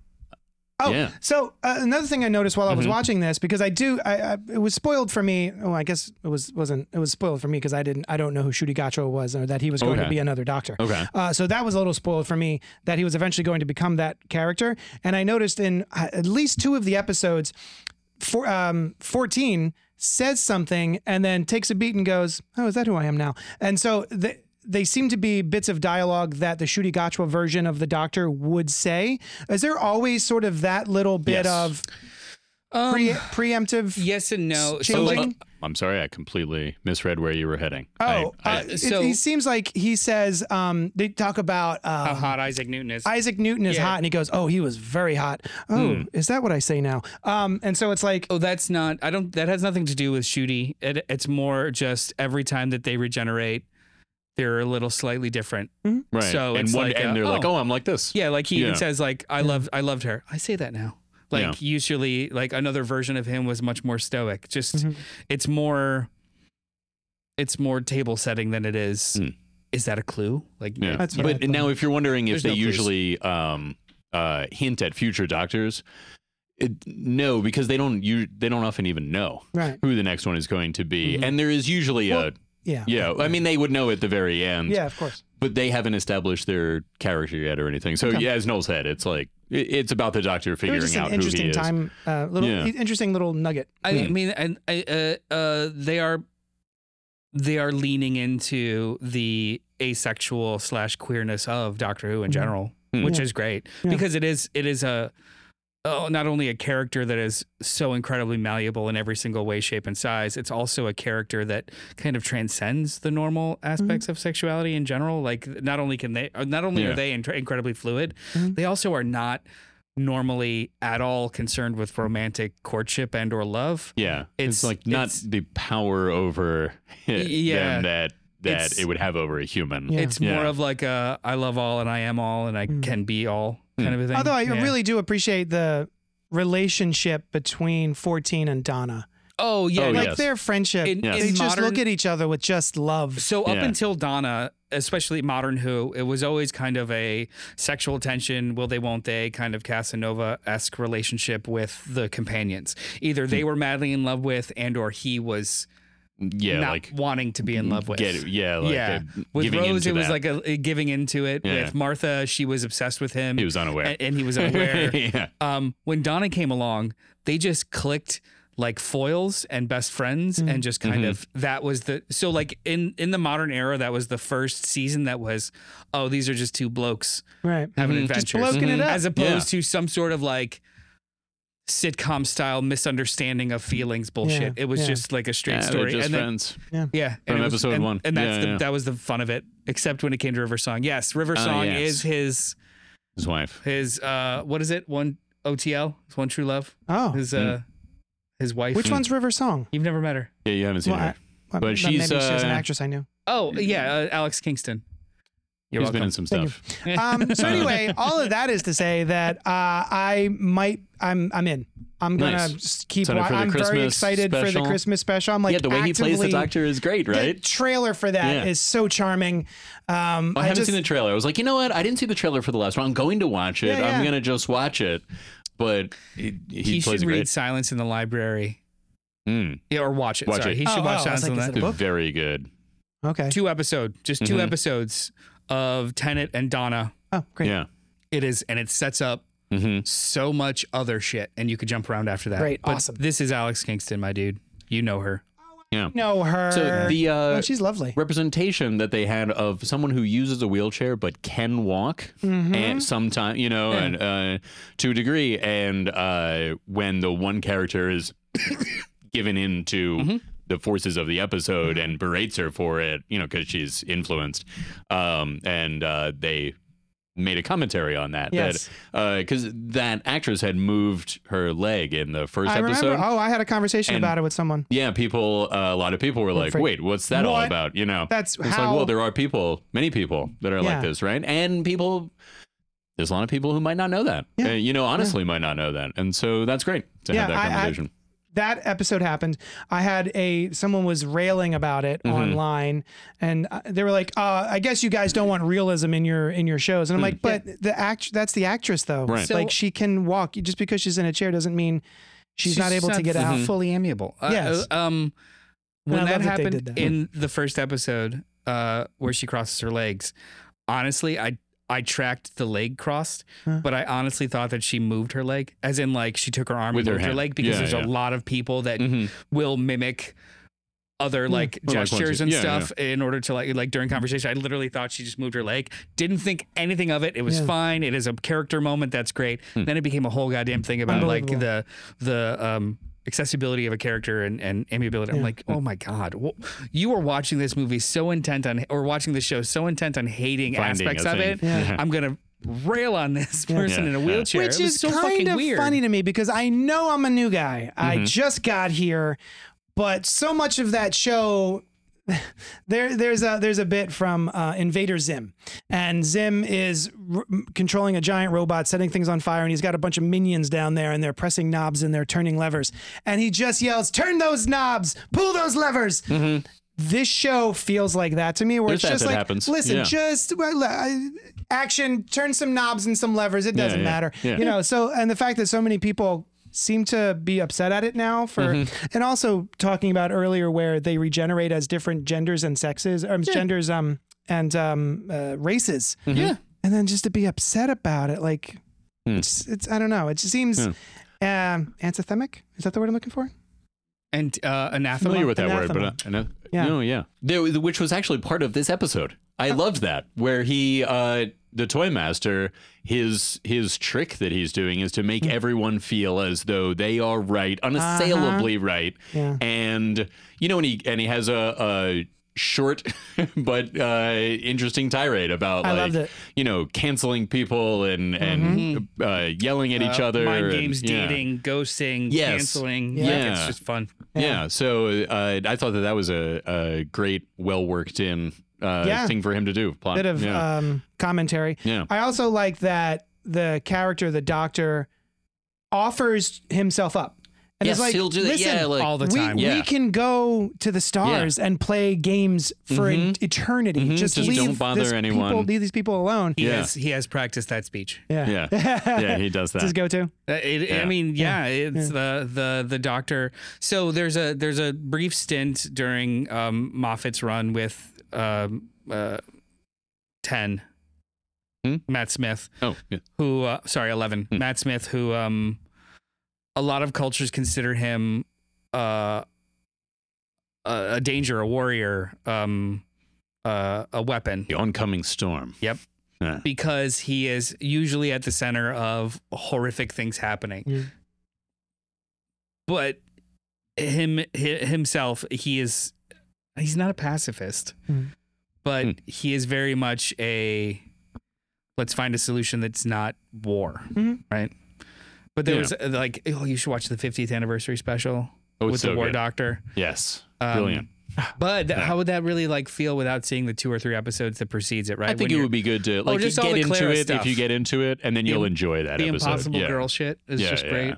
S1: oh,
S3: Yeah. Mm-hmm.
S1: so uh, another thing I noticed while I was watching this because I do, I, I it was spoiled for me. Oh, I guess it was wasn't it was spoiled for me because I didn't I don't know who Shudigacho was or that he was going to
S3: Okay.
S1: be another Doctor.
S3: Okay.
S1: Uh, so that was a little spoiled for me that he was eventually going to become that character, and I noticed in uh, at least two of the episodes, for, um, fourteen says something and then takes a beat and goes, "Oh, is that who I am now?" And so the. They seem to be bits of dialogue that the Shudigachwa version of the Doctor would say. Is there always sort of that little bit
S3: Yes.
S1: of
S2: Um,
S1: pre- preemptive?
S2: yes and no. So uh,
S1: Changing?
S2: like
S3: I'm sorry, I completely misread where you were heading.
S1: Oh,
S3: I, I-
S1: uh, it-
S2: so-
S1: he seems like he says um, they talk about um,
S2: how hot Isaac Newton is.
S1: Isaac Newton is
S2: Uh-huh. Yeah.
S1: hot, and he goes, "Oh, he was very hot." Oh, is that what I say now? Um, and so it's like,
S2: Oh, that's not. I don't. That has nothing to do with Shooty. It, it's more just every time that they regenerate, they're a little slightly different.
S3: right.
S2: so
S3: and
S2: it's
S3: one,
S2: like
S3: and
S1: uh,
S2: a-
S3: they're like,
S2: oh.
S3: oh, I'm like this.
S2: Yeah, like he even
S3: Yeah.
S2: says like I loved I loved her. I say that now. Like
S3: Yeah.
S2: usually like another version of him was much more stoic. Just it's more it's more table setting than it is.
S3: Mm.
S2: Is that a clue? Like
S3: Yeah.
S1: That's what I
S3: but
S1: thought.
S3: now, if you're wondering
S2: There's
S3: if they
S2: no clues.
S3: usually um, uh, hint at future doctors, it, no, because they don't. You they don't often even know
S1: Right.
S3: who the next one is going to be, and there is usually
S1: Mm-hmm. Well,
S3: a
S1: Yeah.
S3: Yeah, I mean, they would know at the very end.
S1: Yeah, of course.
S3: but they haven't established their character yet or anything. So yeah, as Noel said, it's like it- it's about the Doctor
S1: It was
S3: figuring
S1: just an
S3: out who he
S1: interesting
S3: is.
S1: time, uh, little
S3: Yeah. Hmm.
S1: interesting little nugget.
S2: I mean, and I, uh, uh, they are they are leaning into the asexual slash queerness of Doctor Who in
S1: Mhm.
S2: general,
S3: Hmm.
S2: which
S1: Yeah.
S2: is great
S1: Yeah.
S2: because it is it is a oh, not only a character that is so incredibly malleable in every single way, shape, and size. It's also a character that kind of transcends the normal
S1: Mm-hmm.
S2: aspects of sexuality in general. Like, not only can they, uh, not only
S3: Yeah.
S2: are they in- incredibly fluid,
S1: Mhm.
S2: they also are not normally at all concerned with romantic courtship and or love.
S3: Yeah, it's,
S2: It's-
S3: like not
S2: it's-
S3: the power over
S2: Yeah.
S3: them that that
S2: It's-
S3: it would have over a human.
S1: Yeah.
S2: It's more
S3: Yeah.
S2: of like a I love all and I am all and I
S1: Mm.
S2: can be all
S3: Hmm.
S2: kind of a thing.
S1: Although I
S2: Yeah.
S1: really do appreciate the relationship between 14 and Donna.
S2: oh yeah.
S3: Oh,
S2: no.
S1: like
S3: yes.
S1: their friendship,
S2: In-
S3: Yes.
S1: they
S2: in
S1: just look
S2: modern-
S1: at each other with just love.
S2: So up
S3: Yeah.
S2: until Donna, especially modern Who, it was always kind of a sexual tension, will they, won't they, kind of Casanova esque relationship with the companions. Either
S3: Hmm.
S2: they were madly in love with, and or he was
S3: Yeah,
S2: not
S3: like
S2: wanting to be in love with.
S3: get it. Yeah, like
S2: yeah.
S3: uh,
S2: With
S3: giving
S2: Rose,
S3: into
S2: it was
S3: that.
S2: like a, a giving into it.
S3: Yeah.
S2: With Martha, she was obsessed with him,
S3: he was unaware.
S2: and, and he was unaware.
S3: yeah,
S2: um, when Donna came along, they just clicked like foils and best friends
S3: Mm-hmm.
S2: and just kind of that was the so like in in the modern era that was the first season that was oh these are just two blokes
S1: Right.
S2: having
S3: Mm-hmm.
S1: Just
S2: adventures
S1: bloking it up.
S2: as opposed to some sort of like sitcom style misunderstanding of feelings bullshit
S1: Yeah,
S2: it was
S1: yeah.
S2: just like a straight
S3: yeah, they're
S2: story
S3: just
S2: and then,
S3: friends.
S2: yeah and
S3: From
S2: it was-
S3: episode
S2: and-
S3: one.
S2: and that's
S3: Yeah,
S2: the,
S3: yeah.
S2: that was the fun of it except when it came to river song yes river
S3: Oh,
S2: song
S3: yes.
S2: is his
S3: His wife.
S2: his uh what is it one otl It's one true love
S1: Oh,
S2: his uh his wife.
S1: which one's River Song?
S2: You've never met her.
S3: Yeah, you haven't seen
S1: Well,
S3: her.
S1: I- well,
S3: Hmm. But she's,
S1: maybe she's an
S3: uh,
S1: actress I knew.
S2: Oh yeah, uh, Alex Kingston. You're
S3: He's been
S2: welcome.
S3: in some
S1: Thank
S3: stuff.
S1: Um, so anyway, all of that is to say that uh, I might I'm I'm in. I'm gonna
S3: Nice.
S1: s- keep.
S3: Sign up
S1: wa-
S3: for the
S1: I'm very
S3: Christmas
S1: excited for the
S3: special.
S1: Christmas special. I'm like
S3: yeah, the way he plays the
S1: actively-
S3: Doctor is great, right?
S1: The trailer for that is
S3: Yeah. Oh,
S1: so charming. Um,
S3: I
S1: I,
S3: haven't
S1: just
S3: seen the trailer. I was like, you know what? I didn't see the trailer for the last one. I'm going to watch it.
S1: Yeah, yeah.
S3: I'm going to just watch it. But he, he,
S2: He
S3: plays
S2: should
S3: a
S2: read
S3: great.
S2: Silence in the Library.
S3: Mm,
S2: Yeah, or watch it.
S3: Watch
S2: Sorry,
S3: it.
S2: he should
S1: Oh,
S2: watch
S1: oh, I was
S2: Silence in
S1: like,
S2: the
S1: is it
S2: Library.
S1: a book?
S3: very good.
S1: okay.
S2: Two episode, just 2
S3: Mhm.
S2: episodes of Tenet and Donna.
S1: Oh, great,
S3: Yeah.
S2: It is, and it sets up
S3: Mm-hmm.
S2: so much other shit, and you could jump around after that.
S1: Great,
S2: But
S1: awesome.
S2: This is Alex Kingston, my dude. You know her.
S1: know her.
S3: So the uh,
S1: Oh, she's lovely.
S3: representation that they had of someone who uses a wheelchair but can walk
S1: Mm-hmm.
S3: and sometimes you know and uh, to a degree and uh, when the one character is given in to
S1: Mm-hmm.
S3: the forces of the episode and berates her for it you know because she's influenced um, and uh, they made a commentary on that
S1: Yes.
S3: that because that actress had moved her leg in the first
S1: I
S3: episode
S1: remember. Oh, I had a conversation
S3: And-
S1: about it with someone.
S3: yeah, people. Uh, a lot of people were like,
S1: afraid-
S3: "Wait, what's that all
S1: What?
S3: about?" You know,
S1: That's
S3: it's
S1: how-
S3: like, well, there are people, many people that are
S1: Yeah.
S3: like this, right? And people, there's a lot of people who might not know that.
S1: Yeah.
S3: Uh, you know, honestly, might not know that, and so that's great to have
S1: Yeah, I- I-
S3: that conversation.
S1: that episode happened i had a someone was railing about it
S3: Mm-hmm.
S1: online and uh, they were like uh, i guess you guys don't want realism in your in your shows and i'm like but the act that's the actress though
S3: Mm. Right.
S2: So-
S1: like she can walk just because she's in a chair doesn't mean she's, not able to get out
S2: Fully amiable. Uh,
S1: Yes.
S2: uh, um,
S1: And
S2: when
S1: I
S2: that
S1: love that they
S2: happened
S1: did that.
S2: in the first episode, uh, where she crosses her legs, honestly, I I tracked the leg crossed,
S1: Huh.
S2: but I honestly thought that she moved her leg, as in like she took her arm
S3: With
S2: and
S3: her
S2: moved her,
S3: hand.
S2: leg, because
S3: Yeah,
S2: there's a
S3: yeah.
S2: lot of people that
S3: Mhm.
S2: will mimic other like
S3: Hmm. Or like
S2: gestures
S3: ones you-
S2: and
S3: yeah,
S2: stuff in order to like like during conversation i literally thought she just moved her leg didn't think anything of it it was
S1: Yeah.
S2: fine it is a character moment that's great
S3: Hmm.
S2: then it became a whole goddamn thing about like the the um accessibility of a character and, and amiability i'm like oh my god wh- you are watching this movie so intent on or watching the show so intent on hating
S3: Finding
S2: aspects
S3: a
S2: of
S3: thing.
S2: it
S3: Yeah.
S2: i'm gonna rail on this person
S3: Yeah.
S2: in a
S3: Yeah.
S2: wheelchair
S1: Which
S2: It was
S1: is
S2: so
S1: kind
S2: fucking
S1: of
S2: weird. Mm-hmm.
S1: funny to me because I know I'm a new guy. I just got here, but so much of that show. There, there's a there's a bit from uh, Invader Zim, and Zim is r- controlling a giant robot, setting things on fire, and he's got a bunch of minions down there, and they're pressing knobs and they're turning levers, and he just yells, "Turn those knobs, pull those levers."
S2: Mm-hmm.
S1: This show feels like that to me, where it's
S3: There's that
S1: just
S3: that
S1: like,
S3: happens.
S1: listen,
S3: Yeah.
S1: just well, I- action, turn some knobs and some levers. It doesn't
S3: yeah.
S1: matter,
S3: Yeah.
S1: you know. So, and the fact that so many people seem to be upset at it now for
S3: Mm-hmm.
S1: and also talking about earlier where they regenerate as different genders and sexes or genders um and um uh, races
S3: Mm-hmm.
S2: Yeah.
S1: and then just to be upset about it like
S3: Hmm.
S1: it's, it's i don't know it just seems um antithemic is that the word i'm looking for
S2: And uh, anathema.
S3: familiar with that
S1: Anathema.
S3: word, but uh, ana-
S1: Yeah. Oh.
S3: no, yeah, there, was- which was actually part of this episode. I loved that where he, uh, the toy master, his his trick that he's doing is to make
S1: Hmm.
S3: everyone feel as though they are right, unassailably
S1: Uh-huh.
S3: right,
S1: Yeah.
S3: and you know, and he and he has a. a short but uh interesting tirade about
S1: I
S3: like
S1: loved it. Mm-hmm.
S3: you know canceling people and and uh yelling at each
S2: uh,
S3: other
S2: Mind
S3: and-
S2: games,
S3: yeah.
S2: dating, ghosting,
S3: Yes.
S2: canceling.
S3: Yeah.
S2: Like,
S3: Yeah.
S2: It's just fun.
S3: Yeah. so uh, I thought that that was a, a great, well worked in uh,
S1: Yeah.
S3: thing for him to do. Plot.
S1: bit of
S3: yeah.
S1: um, commentary.
S3: Yeah.
S1: I also like that the character, the doctor, offers himself up. And
S3: Yes,
S1: it's like,
S3: he'll do that.
S1: listen,
S3: Yeah, like-
S2: All the
S1: we,
S2: time.
S1: we
S3: Yeah.
S1: can go to the stars and play games for an eternity.
S3: Mhm,
S1: Just,
S3: just
S1: leave
S3: don't bother
S1: this
S3: anyone.
S1: People, leave these people alone.
S2: He
S3: Yeah.
S2: has he has practiced that speech.
S3: yeah, yeah, he does
S1: It's his
S3: that.
S1: go-to.
S2: Uh, It,
S3: Yeah.
S2: I mean, yeah, it's the the the doctor. So there's a there's a brief stint during um, Moffat's run with um, uh, ten,
S3: Hmm?
S2: Matt Smith,
S3: Oh, yeah.
S2: who uh, sorry eleven, Matt Smith, who um, a lot of cultures consider him uh, a, a danger, a warrior, um, uh, a weapon
S3: the oncoming storm.
S2: because he is usually at the center of horrific things happening.
S1: Yeah.
S2: But him hi himself, he is he's not a pacifist,
S1: Mm.
S2: but
S3: Hmm.
S2: he is very much a let's find a solution that's not war,
S1: Mhm.
S2: right? But there
S3: Yeah.
S2: was uh, like, oh, you should watch the 50th anniversary special
S3: Oh, it's
S2: with
S3: so
S2: the war
S3: good.
S2: doctor.
S3: Yes,
S2: Um,
S3: brilliant.
S2: But how would that really like feel without seeing the two or three episodes that precedes it? Right?
S3: I think
S2: When
S3: it
S2: you're- Oh,
S3: would be good to like
S2: just all
S3: get
S2: the
S3: into
S2: Clara
S3: it
S2: stuff.
S3: if you get into it, and then
S2: The-
S3: you'll enjoy that
S2: the
S3: episode.
S2: impossible
S3: yeah.
S2: girl shit is
S3: yeah,
S2: just
S3: yeah.
S2: great.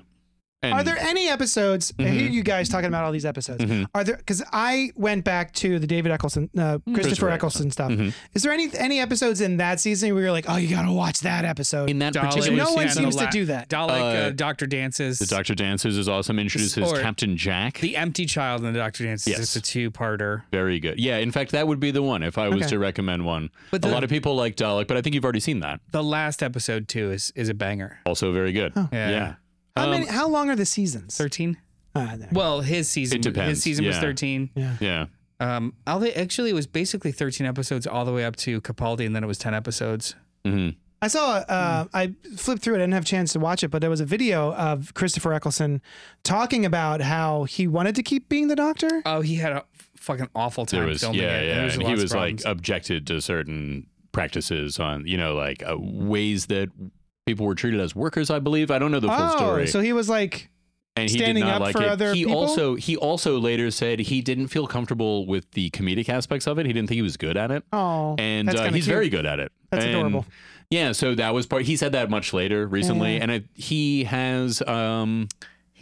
S3: And, Mm-hmm.
S1: Are there any episodes? I hear you guys talking about all these episodes. Are there? Because I went back to the David Eccleston, uh, Christopher,
S3: Mm-hmm. Christopher Mm-hmm.
S1: Eccleston stuff. Is there any any episodes in that season where you're like, oh, you gotta watch that episode?
S3: in that
S2: Dalek.
S3: particular
S1: No one
S2: Yeah,
S3: season,
S1: seems to
S2: la-
S1: do that.
S2: Dalek, uh,
S3: Uh,
S2: Doctor Dances,
S3: the
S2: the,
S3: Doctor Dancers is awesome. Introduces
S2: Or-
S3: Captain Jack.
S2: Empty Child, and the Doctor Dances.
S3: Yes.
S2: It's a two-parter.
S3: Very good. Yeah, in fact, that would be the one if I was
S1: Okay.
S3: to recommend one.
S2: But
S3: a
S2: the-
S3: lot of people like Dalek, but I think you've already seen that.
S2: The last episode too is is a banger.
S3: Also very good.
S2: Yeah.
S3: yeah.
S1: How many?
S3: um,
S1: How long are the seasons?
S2: Thirteen.
S1: Ah, there.
S2: Well, his season.
S3: It depends,
S2: His season was
S3: yeah.
S2: thirteen.
S3: Yeah.
S2: Um, although actually it was basically thirteen episodes all the way up to Capaldi, and then it was ten episodes.
S3: Mm-hmm.
S1: I saw. Uh, I flipped through it. I didn't have a chance to watch it, but there was a video of Christopher Eccleston talking about how he wanted to keep being the doctor.
S2: Oh, he had a fucking awful time
S3: there was
S2: filming
S3: yeah
S2: it.
S3: yeah
S2: There was
S3: and
S2: lots
S3: he
S2: of
S3: was like
S2: problems.
S3: objected to certain practices on you know like uh, ways that people were treated as workers i believe i don't know the full
S1: oh,
S3: story
S1: so he was like,
S3: and he
S1: standing
S3: did not
S1: up
S3: like
S1: for
S3: it
S1: other
S3: he
S1: people?
S3: also he also later said he didn't feel comfortable with the comedic aspects of it he didn't think he was good at it
S1: oh,
S3: and
S1: that's
S3: uh,
S1: kinda
S3: he's
S1: cute.
S3: very good at it.
S1: That's
S3: And,
S1: adorable.
S3: Yeah, so that was part. He said that much later recently, and it, he has um,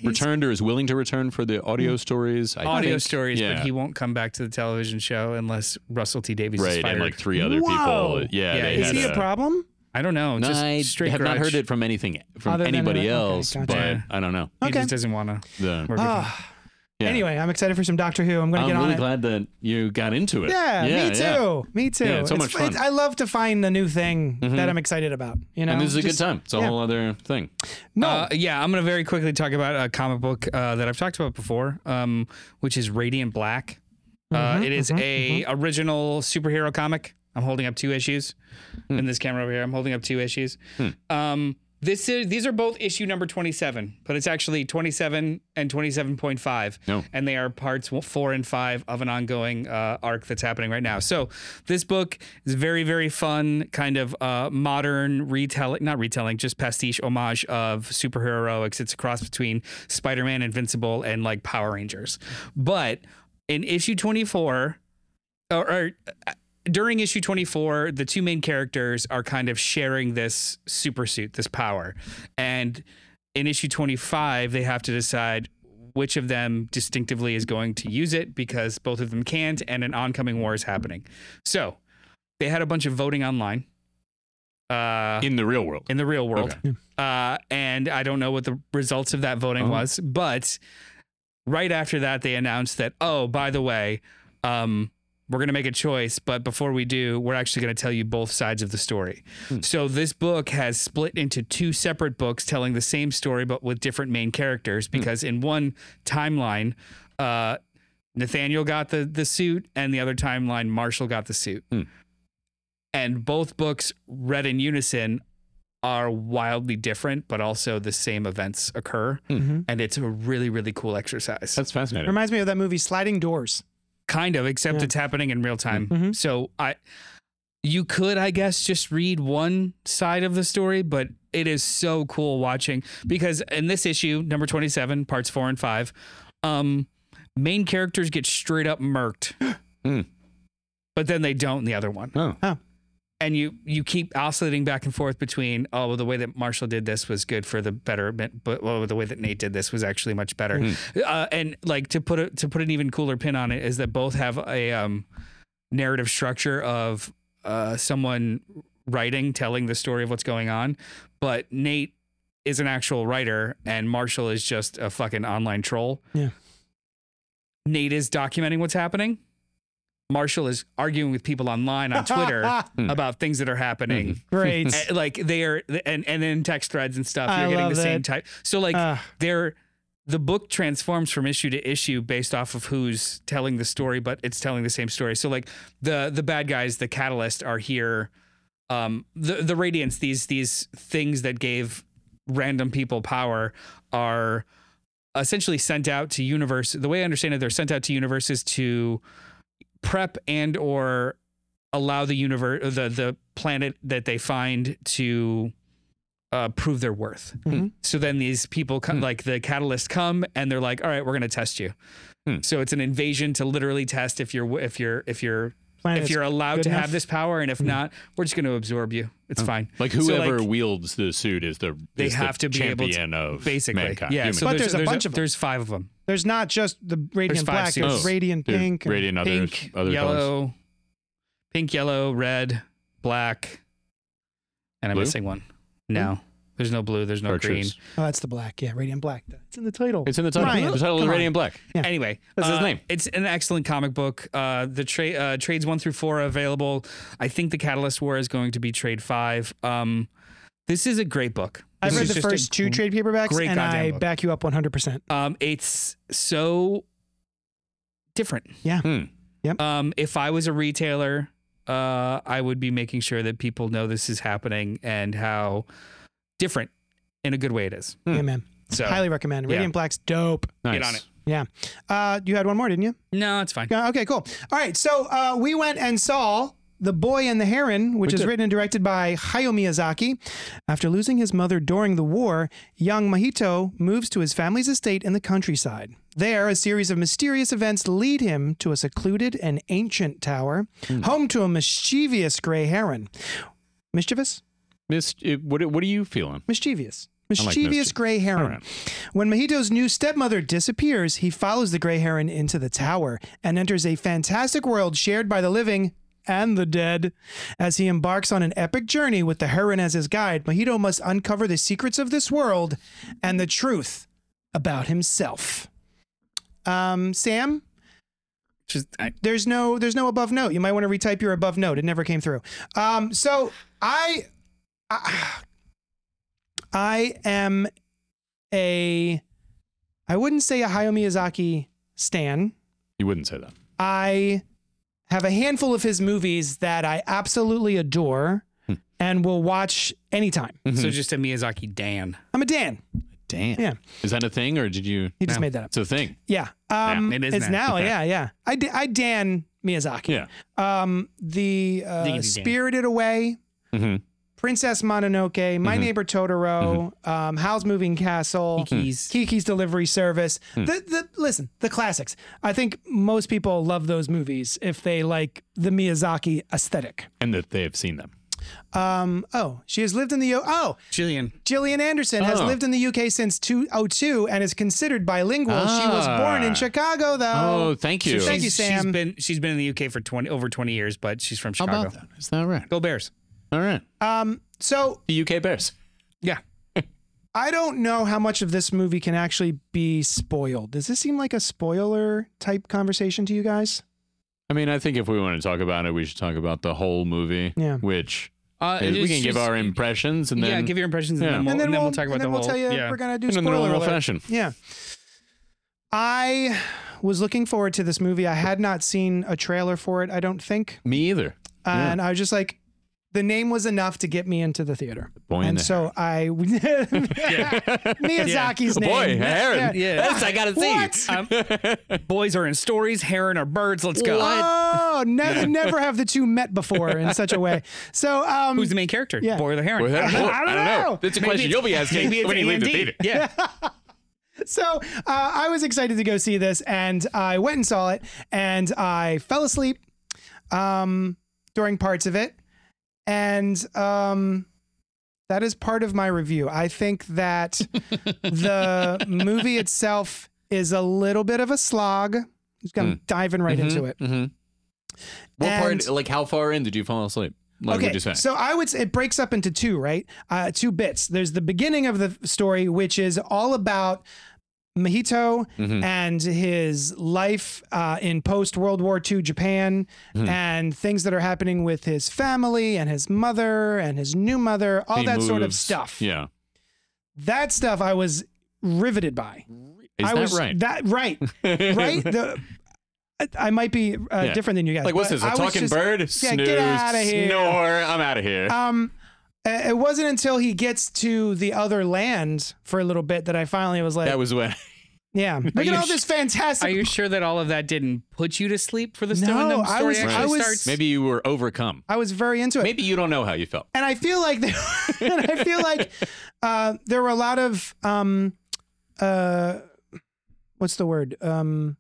S3: returned or is willing to return for the
S1: Hmm.
S3: audio stories. I
S2: audio
S3: think.
S2: stories,
S3: yeah.
S2: but he won't come back to the television show unless Russell T Davies is
S3: right
S2: fired.
S3: and like three other
S1: Whoa.
S3: people. Yeah,
S2: Yeah,
S3: they
S1: Is
S3: had
S1: he a problem?
S2: I don't know. Just
S3: I
S2: straight
S3: have not
S2: grudge.
S3: heard it from anything from
S1: Other than
S3: anybody
S1: that- okay,
S3: else,
S1: gotcha.
S2: Yeah.
S3: but I don't know.
S2: He
S1: Okay.
S2: just doesn't want to
S3: The-
S2: work. with
S1: Ah.
S3: Yeah.
S1: Anyway, I'm excited for some Doctor Who. I'm gonna
S3: I'm
S1: get on
S3: really
S1: it.
S3: glad that you got into it.
S1: Yeah, me too. Me too.
S3: Yeah, it's so much fun. Mm-hmm.
S1: I love to find a new thing that I'm excited about. You know,
S3: And this is a
S1: Just-
S3: good time. It's a
S1: yeah.
S3: whole other thing.
S1: No,
S2: Uh, yeah, I'm going to very quickly talk about a comic book uh, that I've talked about before, um, which is Radiant Black. uh, it is a original superhero comic. I'm holding up two issues in this camera over here. I'm holding up two issues. Um, this is these are both issue number 27, but it's actually 27 and 27.5.
S3: No.
S2: and they are parts w- four and five of an ongoing uh, arc that's happening right now. So this book is very, very fun, kind of uh, modern retelling, not retelling, just pastiche homage of superheroics. It's a cross between Spider-Man, Invincible, and like Power Rangers. But in issue 24, or, or uh, during issue 24, the two main characters are kind of sharing this super suit, this power. And in issue 25, they have to decide which of them distinctively is going to use it because both of them can't, and an oncoming war is happening. So they had a bunch of voting online. uh,
S3: in the real world.
S2: in the real world.
S3: Okay.
S2: Uh, and I don't know what the results of that voting
S3: Oh.
S2: was, but right after that, they announced that, oh, by the way, um, we're going to make a choice, but before we do, we're actually going to tell you both sides of the story. So this book has split into two separate books telling the same story, but with different main characters, because in one timeline, uh, Nathaniel got the, the suit, and the other timeline, Marshall got the suit.
S3: Hmm.
S2: And both books read in unison are wildly different, but also the same events occur. And it's a really, really cool exercise.
S3: That's fascinating.
S1: Reminds me of that movie Sliding Doors.
S2: kind of, except
S1: Yeah.
S2: it's happening in real time.
S1: Mhm.
S2: So I you could, I guess, just read one side of the story, but it is so cool watching because in this issue, number 27, parts four and five, um, main characters get straight up murked.
S3: Hmm.
S2: But then they don't in the other one.
S3: oh,
S2: and you you keep oscillating back and forth between oh well the way that Marshall did this was good for the betterment but well the way that Nate did this was actually much better uh, and like to put a, to put an even cooler pin on it is that both have a um, narrative structure of uh, someone writing telling the story of what's going on but Nate is an actual writer and Marshall is just a fucking online troll
S1: Yeah.
S2: Nate is documenting what's happening Marshall is arguing with people online on Twitter about things that are happening.
S1: Great.
S2: And, like they are, and and then text threads and stuff.
S1: I
S2: You're getting
S1: love
S2: the same
S1: it.
S2: type. So like
S1: Ah.
S2: they're the book transforms from issue to issue based off of who's telling the story, but it's telling the same story. So like the the bad guys, the catalyst, are here. Um, the the radiance, these these things that gave random people power are essentially sent out to universe. The way I understand it, they're sent out to universes to prep and or allow the universe the the planet that they find to uh, prove their worth.
S1: Mhm.
S2: So then these people come, like the catalyst come, and they're like, "All right, we're going to test you."
S3: Hmm.
S2: So it's an invasion to literally test if you're if you're if you're
S1: Planet's
S2: if you're allowed
S1: good
S2: to
S1: enough? Hmm.
S2: have this power, and if not, we're just going to absorb you. It's fine.
S3: Oh. like
S2: So,
S3: whoever
S2: like,
S3: wields the suit is the
S2: They
S3: is the
S2: have to be able to-
S3: champion of
S2: basically,
S3: mankind,
S2: yeah.
S3: human-
S2: So
S1: But there's a bunch of 'em.
S2: there's five of them.
S1: There's not just the radiant
S2: There's
S1: black,
S2: five
S1: there's
S2: suits.
S1: radiant
S3: Oh, Dude,
S1: pink. and-
S3: radiant other
S2: pink,
S3: other colors.
S2: yellow, pink, yellow, red, black, and I'm
S3: Blue? Hmm.
S2: missing one. No, there's no blue. There's no green.
S3: Chartreuse.
S1: Oh, that's the black. Yeah, radiant black. It's in the title.
S3: It's in the title.
S1: Ryan,
S3: the title is
S1: come on.
S3: Radiant Black.
S1: Yeah.
S2: Anyway,
S3: That's his
S2: uh,
S3: name.
S2: It's an excellent comic book. Uh, the trade uh, trades one through four are available. I think the Catalyst War is going to be trade five. Um, this is a great book.
S1: I've
S2: This
S1: read
S2: is
S1: the
S2: just a
S1: first two
S2: gr-
S1: trade paperbacks,
S2: great
S1: and
S2: goddamn
S1: I
S2: book.
S1: back you up 100%.
S2: Um, it's so different.
S1: Yeah.
S3: Hmm.
S1: Yep.
S2: Um, if I was a retailer, uh, I would be making sure that people know this is happening and how different in a good way it is.
S3: Hmm.
S1: Yeah, man.
S2: So
S1: Highly recommend.
S2: yeah.
S1: Radiant Black's dope.
S3: Nice.
S2: Get on it.
S1: Yeah. Uh, you had one more, didn't you?
S2: no, it's fine.
S1: Yeah, Uh, okay, cool. All right. So uh, we went and saw The Boy and the Heron, which is written and directed by Hayao Miyazaki. After losing his mother during the war, young Mahito moves to his family's estate in the countryside. There, a series of mysterious events lead him to a secluded and ancient tower, home to a mischievous gray heron. Mischievous?
S3: Miss, uh, what what are you feeling?
S1: Mischievous.
S3: like
S1: Mischievous
S3: mischief.
S1: gray heron. When Mahito's new stepmother disappears, he follows the gray heron into the tower and enters a fantastic world shared by the living and the dead. As he embarks on an epic journey with the heron as his guide, Mahito must uncover the secrets of this world and the truth about himself. Um, Sam,
S2: Just I,
S1: there's no there's no above note. You might want to retype your above note. It never came through. Um, so I, I, I am a I wouldn't say a Hayao Miyazaki stan.
S3: You wouldn't say that.
S1: I have a handful of his movies that I absolutely adore
S2: Hmm.
S1: and will watch anytime.
S2: so just a Miyazaki Dan.
S1: I'm a Dan.
S3: Damn.
S1: Yeah.
S3: Is that a thing, or did you?
S1: He just
S2: Wow.
S1: made that up.
S3: It's a thing.
S1: Yeah. Um,
S2: Yeah, it is
S1: it's
S2: now.
S1: now. Yeah, yeah. I, d- I Dan Miyazaki.
S3: Yeah.
S1: Um, the
S2: Diggity
S1: uh,
S2: Dan. Mm-hmm.
S1: Spirited Away,
S3: Mhm.
S1: Princess Mononoke, My Neighbor Totoro,
S2: Mm-hmm.
S1: um, Howl's Moving Castle,
S2: Kiki's.
S1: Kiki's Delivery Service.
S2: Hmm.
S1: The, the listen, the classics. I think most people love those movies if they like the Miyazaki aesthetic.
S3: And that they have seen them.
S1: Um, oh, she has lived in the O- oh
S2: Jillian.
S1: Gillian Anderson has
S3: Oh.
S1: lived in the UK since 202 and is considered bilingual. She was born in
S3: Ah.
S1: Chicago,
S3: Oh,
S1: though.
S3: thank you.
S1: Thank you,
S2: She's-
S1: Sam.
S2: She's been she's been in the UK for twenty over twenty years, but she's from
S3: How
S2: Chicago.
S3: about that? Is that right?
S2: Go Bears.
S3: All right.
S1: Um, so
S3: The UK Bears.
S2: Yeah.
S1: I don't know how much of this movie can actually be spoiled. Does this seem like a spoiler type conversation to you guys?
S3: I mean, I think if we want to talk about it, we should talk about the whole movie.
S1: Yeah.
S3: Which
S2: Uh,
S3: is, we
S2: it's
S3: can give
S2: just-
S3: our impressions and
S2: yeah,
S3: then
S2: give your impressions
S3: yeah.
S2: and, then we'll, and then we'll talk about
S1: and
S2: the
S1: then we'll
S2: whole.
S1: tell you
S2: yeah.
S1: we're gonna do
S3: in the
S1: spoiler
S3: normal
S1: alert.
S3: fashion.
S1: Yeah. I was looking forward to this movie. I had not seen a trailer for it, I don't think.
S3: Me either.
S1: And I was just like, the name was enough to get me into the theater.
S3: Boy in
S1: and
S3: the
S1: so I Miyazaki's name.
S3: Boy,
S1: Yeah.
S3: Aaron.
S2: yeah.
S3: That's I gotta see.
S1: What?
S2: Um, boys are in stories, heron are birds. Let's go.
S1: Oh, never, never have the two met before in such a way. So, um,
S2: Who's the main character?
S1: Yeah.
S2: Boy or the heron?
S3: Boy, that-
S1: I don't know.
S3: That's a
S2: Maybe
S3: question
S2: it's-
S3: you'll be asking
S2: Maybe it's
S3: when you leave the
S2: A&D.
S3: theater.
S2: Yeah.
S1: So uh, I was excited to go see this, and I went and saw it, and I fell asleep um, during parts of it, and um, that is part of my review. I think that the movie itself is a little bit of a slog. Just kind of diving
S3: Mm-hmm.
S1: right into it.
S3: What
S1: Mm-hmm. And-
S3: part? Like, how far in did you fall asleep? Like,
S1: okay,
S3: would you say?
S1: so I would say it breaks up into two, right? Uh, two bits. There's the beginning of the story, which is all about Mahito
S3: Mm-hmm.
S1: and his life uh, in post World War II Japan
S3: Mm-hmm.
S1: and things that are happening with his family and his mother and his new mother, all
S3: He
S1: that sort of
S3: moves-
S1: stuff.
S3: Yeah.
S1: That stuff I was riveted by.
S3: Is
S1: I
S3: that
S1: was
S3: right?
S1: That right, right. The, I, I might be uh,
S3: Yeah.
S1: different than you guys.
S3: like, what's
S1: but
S3: this?
S1: I
S3: A
S1: was
S3: talking
S1: just-
S3: bird?
S1: Yeah,
S3: Snooze.
S1: get outta here.
S3: Snore. I'm out of here.
S1: um uh, it wasn't until he gets to the other land for a little bit that I finally was like,
S3: that was when.
S1: yeah, look at
S2: you
S1: all
S2: sh-
S1: this fantastic.
S2: Are you sure that all of that didn't put you to sleep for the
S1: No,
S2: stone?
S1: I
S2: story
S1: was- I
S2: actually
S1: was-
S2: starts?
S3: Maybe you were overcome.
S1: I was very into it.
S3: Maybe you don't know how you felt.
S1: and I feel like there, and I feel like uh, there were a lot of um, uh, what's the word? Um,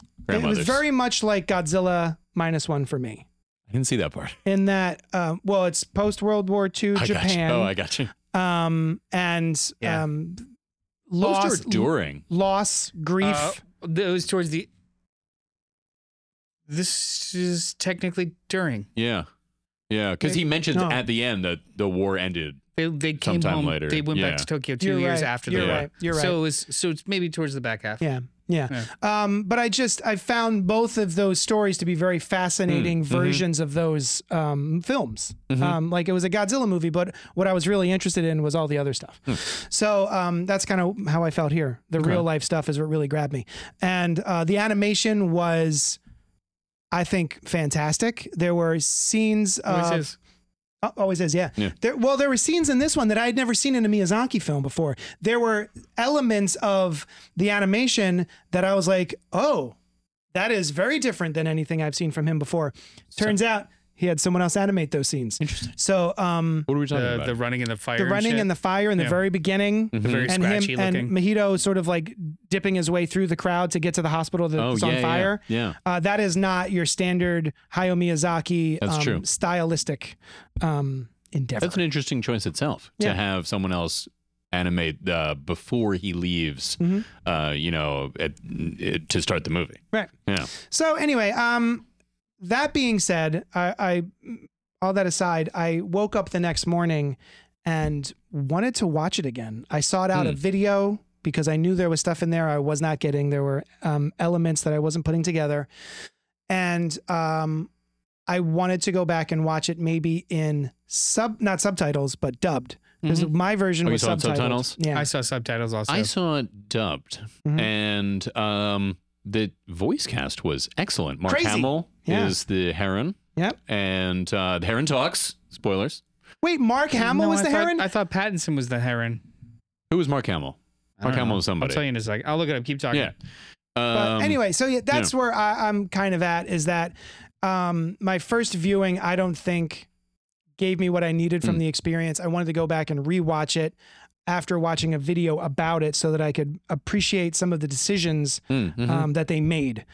S1: it was
S3: Grandmothers.
S1: very much like Godzilla minus one for me.
S3: I didn't see that part.
S1: In that, um, well, it's post World War II
S3: I
S1: Japan,
S3: Got you. Oh, I got you.
S1: um, and
S2: Yeah.
S1: um,
S3: Lost
S1: loss,
S3: or during?
S1: loss, grief.
S2: Uh, those towards the. This is technically during.
S3: Yeah. Yeah, because he mentions
S1: No.
S3: at the end that the war ended.
S2: They, they came
S3: Sometime
S2: home.
S3: later.
S2: They went
S3: Yeah.
S2: back to Tokyo 2
S1: You're
S2: years
S1: right.
S2: after
S1: You're
S2: the war.
S1: right. You're right.
S2: So it was so it's maybe towards the back half.
S1: Yeah. Yeah. Um, but I just I found both of those stories to be very
S2: Mm,
S1: fascinating
S2: mm-hmm.
S1: versions of those um, films. Um, like it was a Godzilla movie, but what I was really interested in was all the other stuff.
S2: Hmm.
S1: So um, that's kind of how I felt here. The real life stuff is what really grabbed me, and uh, the animation was, I think, fantastic. There were scenes
S2: Always
S1: of
S2: is.
S1: uh, Always is, yeah.
S3: Yeah.
S1: There, well, there were scenes in this one that I had never seen in a Miyazaki film before. There were elements of the animation that I was like, oh, that is very different than anything I've seen from him before. Turns out he had someone else animate those scenes. Interesting. So um,
S3: What are we talking
S2: The,
S3: about?
S2: the running in the fire.
S1: the running and the fire in the
S2: Yeah.
S1: very beginning.
S3: Mm-hmm.
S2: the very
S1: And
S2: scratchy
S1: him and
S2: looking.
S1: Mahito sort of like dipping his way through the crowd to get to the hospital
S3: oh,
S1: that's
S3: yeah,
S1: on
S3: yeah,
S1: fire.
S3: Yeah.
S1: Uh, that is not your standard Hayao Miyazaki
S3: That's
S1: um,
S3: true.
S1: stylistic um, endeavor.
S3: That's an interesting choice itself
S1: Yeah.
S3: to have someone else animate uh, before he leaves, uh, you know, at, it, to start the movie.
S1: Mm-hmm. Right.
S3: Yeah.
S1: So anyway, um, that being said, I, I, all that aside, I woke up the next morning and wanted to watch it again. I sought out
S3: Hmm.
S1: a video because I knew there was stuff in there I was not getting. There were um, elements that I wasn't putting together, and um, I wanted to go back and watch it maybe in sub, not subtitles, but dubbed. Because my version
S3: Oh, you
S1: was
S3: saw it
S1: subtitled.
S3: in subtitles?
S1: Yeah.
S2: I saw subtitles also.
S3: I saw it dubbed,
S1: Mhm.
S3: and um, the voice cast was excellent. Mark
S1: Crazy.
S3: Hamill
S1: Yeah.
S3: is the heron,
S1: Yep.
S3: and uh, the heron talks. Spoilers.
S1: Wait, Mark Hamill
S2: No,
S1: was
S2: I
S1: the
S2: thought-
S1: heron.
S2: I thought Pattinson was the heron.
S3: Who was Mark Hamill?
S2: I
S3: Mark
S2: don't
S3: Hamill
S2: know.
S3: was
S2: I'll tell
S3: somebody.
S2: you in a second. I'll look it up. Keep talking.
S3: Yeah.
S1: But
S3: Um,
S1: anyway, so yeah, that's where I, I'm kind of at is that um, my first viewing, I don't think gave me what I needed
S3: Hmm.
S1: from the experience. I wanted to go back and rewatch it after watching a video about it so that I could appreciate some of the decisions
S3: mm, mhm.
S1: um, that they made.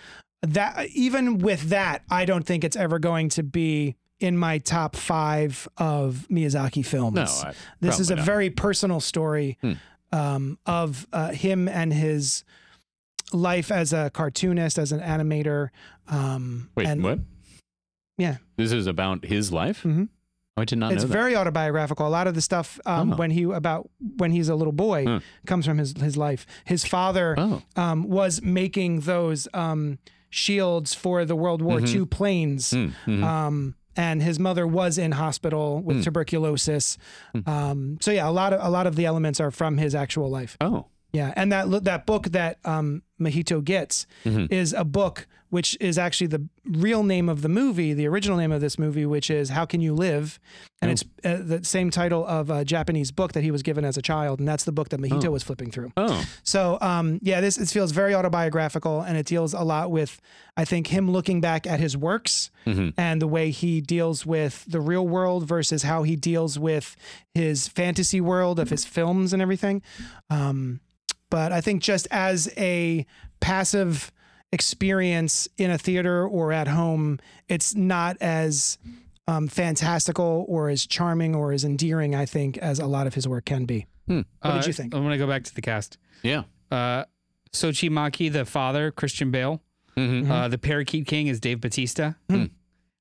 S1: That even with that, I don't think it's ever going to be in my top five of Miyazaki films.
S3: no, I,
S1: This is
S3: probably
S1: a
S3: not.
S1: very personal story
S3: Hmm.
S1: um, of uh, him and his life as a cartoonist, as an animator. Um,
S3: wait.
S1: and
S3: what?
S1: Yeah.
S3: This is about his life.
S1: Mhm.
S3: Oh, I did not
S1: it's
S3: know that.
S1: very autobiographical. A lot of the stuff um,
S3: Oh.
S1: when he about when he's a little boy
S3: Hmm.
S1: comes from his his life. His father
S3: Oh.
S1: um, was making those um, shields for the World War
S3: Mm-hmm.
S1: II planes,
S3: Mm, mhm.
S1: um, and his mother was in hospital
S3: Hmm.
S1: with tuberculosis. Um, so yeah, a lot of a lot of the elements are from his actual life.
S3: oh.
S1: Yeah, and that lo- that book that um, Mahito gets is a book which is actually the real name of the movie, the original name of this movie, which is "How Can You Live," and it's uh, the same title of a Japanese book that he was given as a child, and that's the book that Mahito was flipping through.
S3: Oh.
S1: So, um, yeah, this it feels very autobiographical, and it deals a lot with, I think, him looking back at his works and the way he deals with the real world versus how he deals with his fantasy world of his films and everything. Um, but I think just as a passive experience in a theater or at home, it's not as um, fantastical or as charming or as endearing, I think, as a lot of his work can be. What did you think?
S2: Uh, I'm gonna go back to the cast.
S3: Yeah.
S2: Uh, Sochi Maki, the father, Christian Bale.
S3: Mhm.
S1: Mm-hmm.
S2: Uh, the Parakeet King is Dave Batista.
S1: Hmm.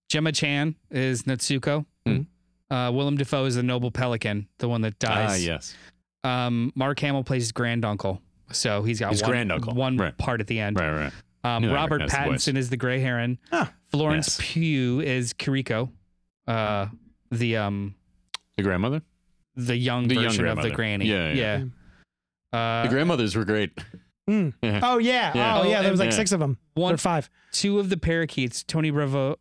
S2: Gemma Chan is Natsuko.
S3: Mhm.
S2: Uh, Willem Dafoe is the noble pelican, the one that dies.
S3: Ah, yes.
S2: Um, Mark Hamill plays his granduncle, so he's got
S3: His
S2: one,
S3: granduncle,
S2: one
S3: right.
S2: part at the end.
S3: Right, right.
S2: Um,
S3: Knew I
S2: Robert
S3: recognized the
S2: Pattinson is the Gray Heron.
S1: Ah,
S2: Florence
S3: yes.
S2: Pugh is Kiriko, uh, the um,
S3: The grandmother?
S2: the young
S3: The young
S2: version of the
S3: grandmother.
S2: granny.
S3: Yeah, yeah.
S2: Uh,
S3: the grandmothers were great.
S1: Mm.
S3: Yeah.
S1: Oh yeah.
S3: Yeah.
S1: Oh yeah.
S2: Oh,
S1: There was like
S3: and-
S1: six of them.
S2: one,
S1: or five.
S2: two of the parakeets, Tony Revo,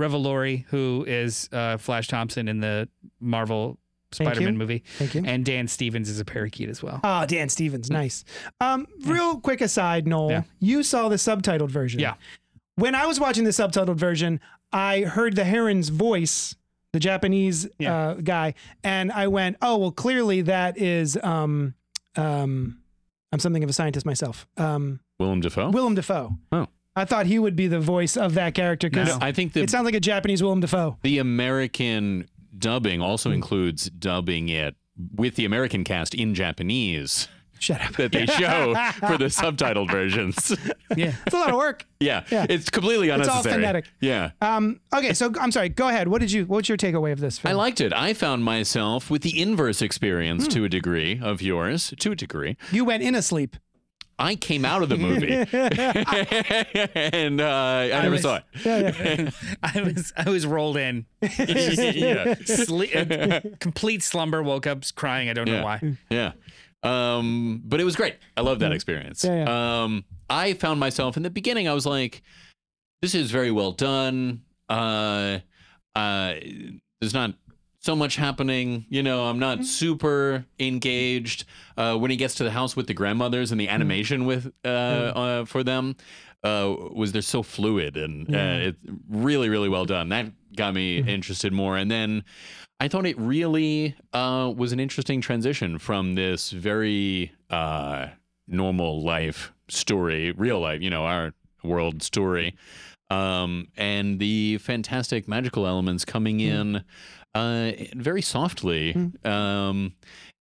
S2: Revolori, who is uh, Flash Thompson in the Marvel
S1: you.
S2: Spider-Man movie,
S1: Thank you.
S2: and Dan Stevens is a parakeet as well.
S1: Ah, Dan Stevens, nice. Um, real quick aside, Noel,
S2: Yeah.
S1: you saw the subtitled version.
S2: Yeah.
S1: When I was watching the subtitled version, I heard the heron's voice, the Japanese
S2: Yeah.
S1: uh, guy, and I went, "Oh well, clearly that is." Um, um, I'm something of a scientist myself. Um,
S3: Willem Dafoe?
S1: Willem Dafoe.
S3: Oh.
S1: I thought he would be the voice of that character because
S2: No.
S3: I think the
S1: it sounds like a Japanese Willem Dafoe.
S3: the American dubbing also
S1: Mm-hmm.
S3: includes dubbing it with the American cast in Japanese
S1: Shut up.
S3: that they show for the subtitled versions.
S2: yeah.
S1: It's a lot of work.
S3: yeah,
S1: Yeah.
S3: it's completely
S1: all
S3: unnecessary.
S1: phonetic.
S3: Yeah.
S1: Um, okay, so I'm sorry. Go ahead. What did you? What's your takeaway of this
S3: I
S1: film?
S3: liked it. I found myself with the inverse
S1: Hmm.
S3: experience to a degree of yours, to a degree.
S1: you went in a sleep.
S3: I came out of the movie and uh, I never saw it.
S2: I was I was rolled in,
S3: yeah.
S2: Sle- uh, complete slumber. Woke up crying. I don't know
S3: Yeah.
S2: why. Mm.
S3: Yeah. Um, but it was great. I love that experience.
S1: Yeah,
S3: Um, I found myself in the beginning, I was like, this is very well done. Uh, uh, there's not so much happening. You know, I'm
S2: Mm-hmm.
S3: not super engaged. Uh, when he gets to the house with the grandmothers and the
S2: Mm.
S3: animation with uh, uh, for them uh, was there so fluid and uh, it really, really well done. That got me
S2: Mm-hmm.
S3: interested more. And then I thought it really uh, was an interesting transition from this very uh, normal life story, real life, you know, our world story, um, and the fantastic magical elements coming
S1: Hmm.
S3: in uh, very softly. Um,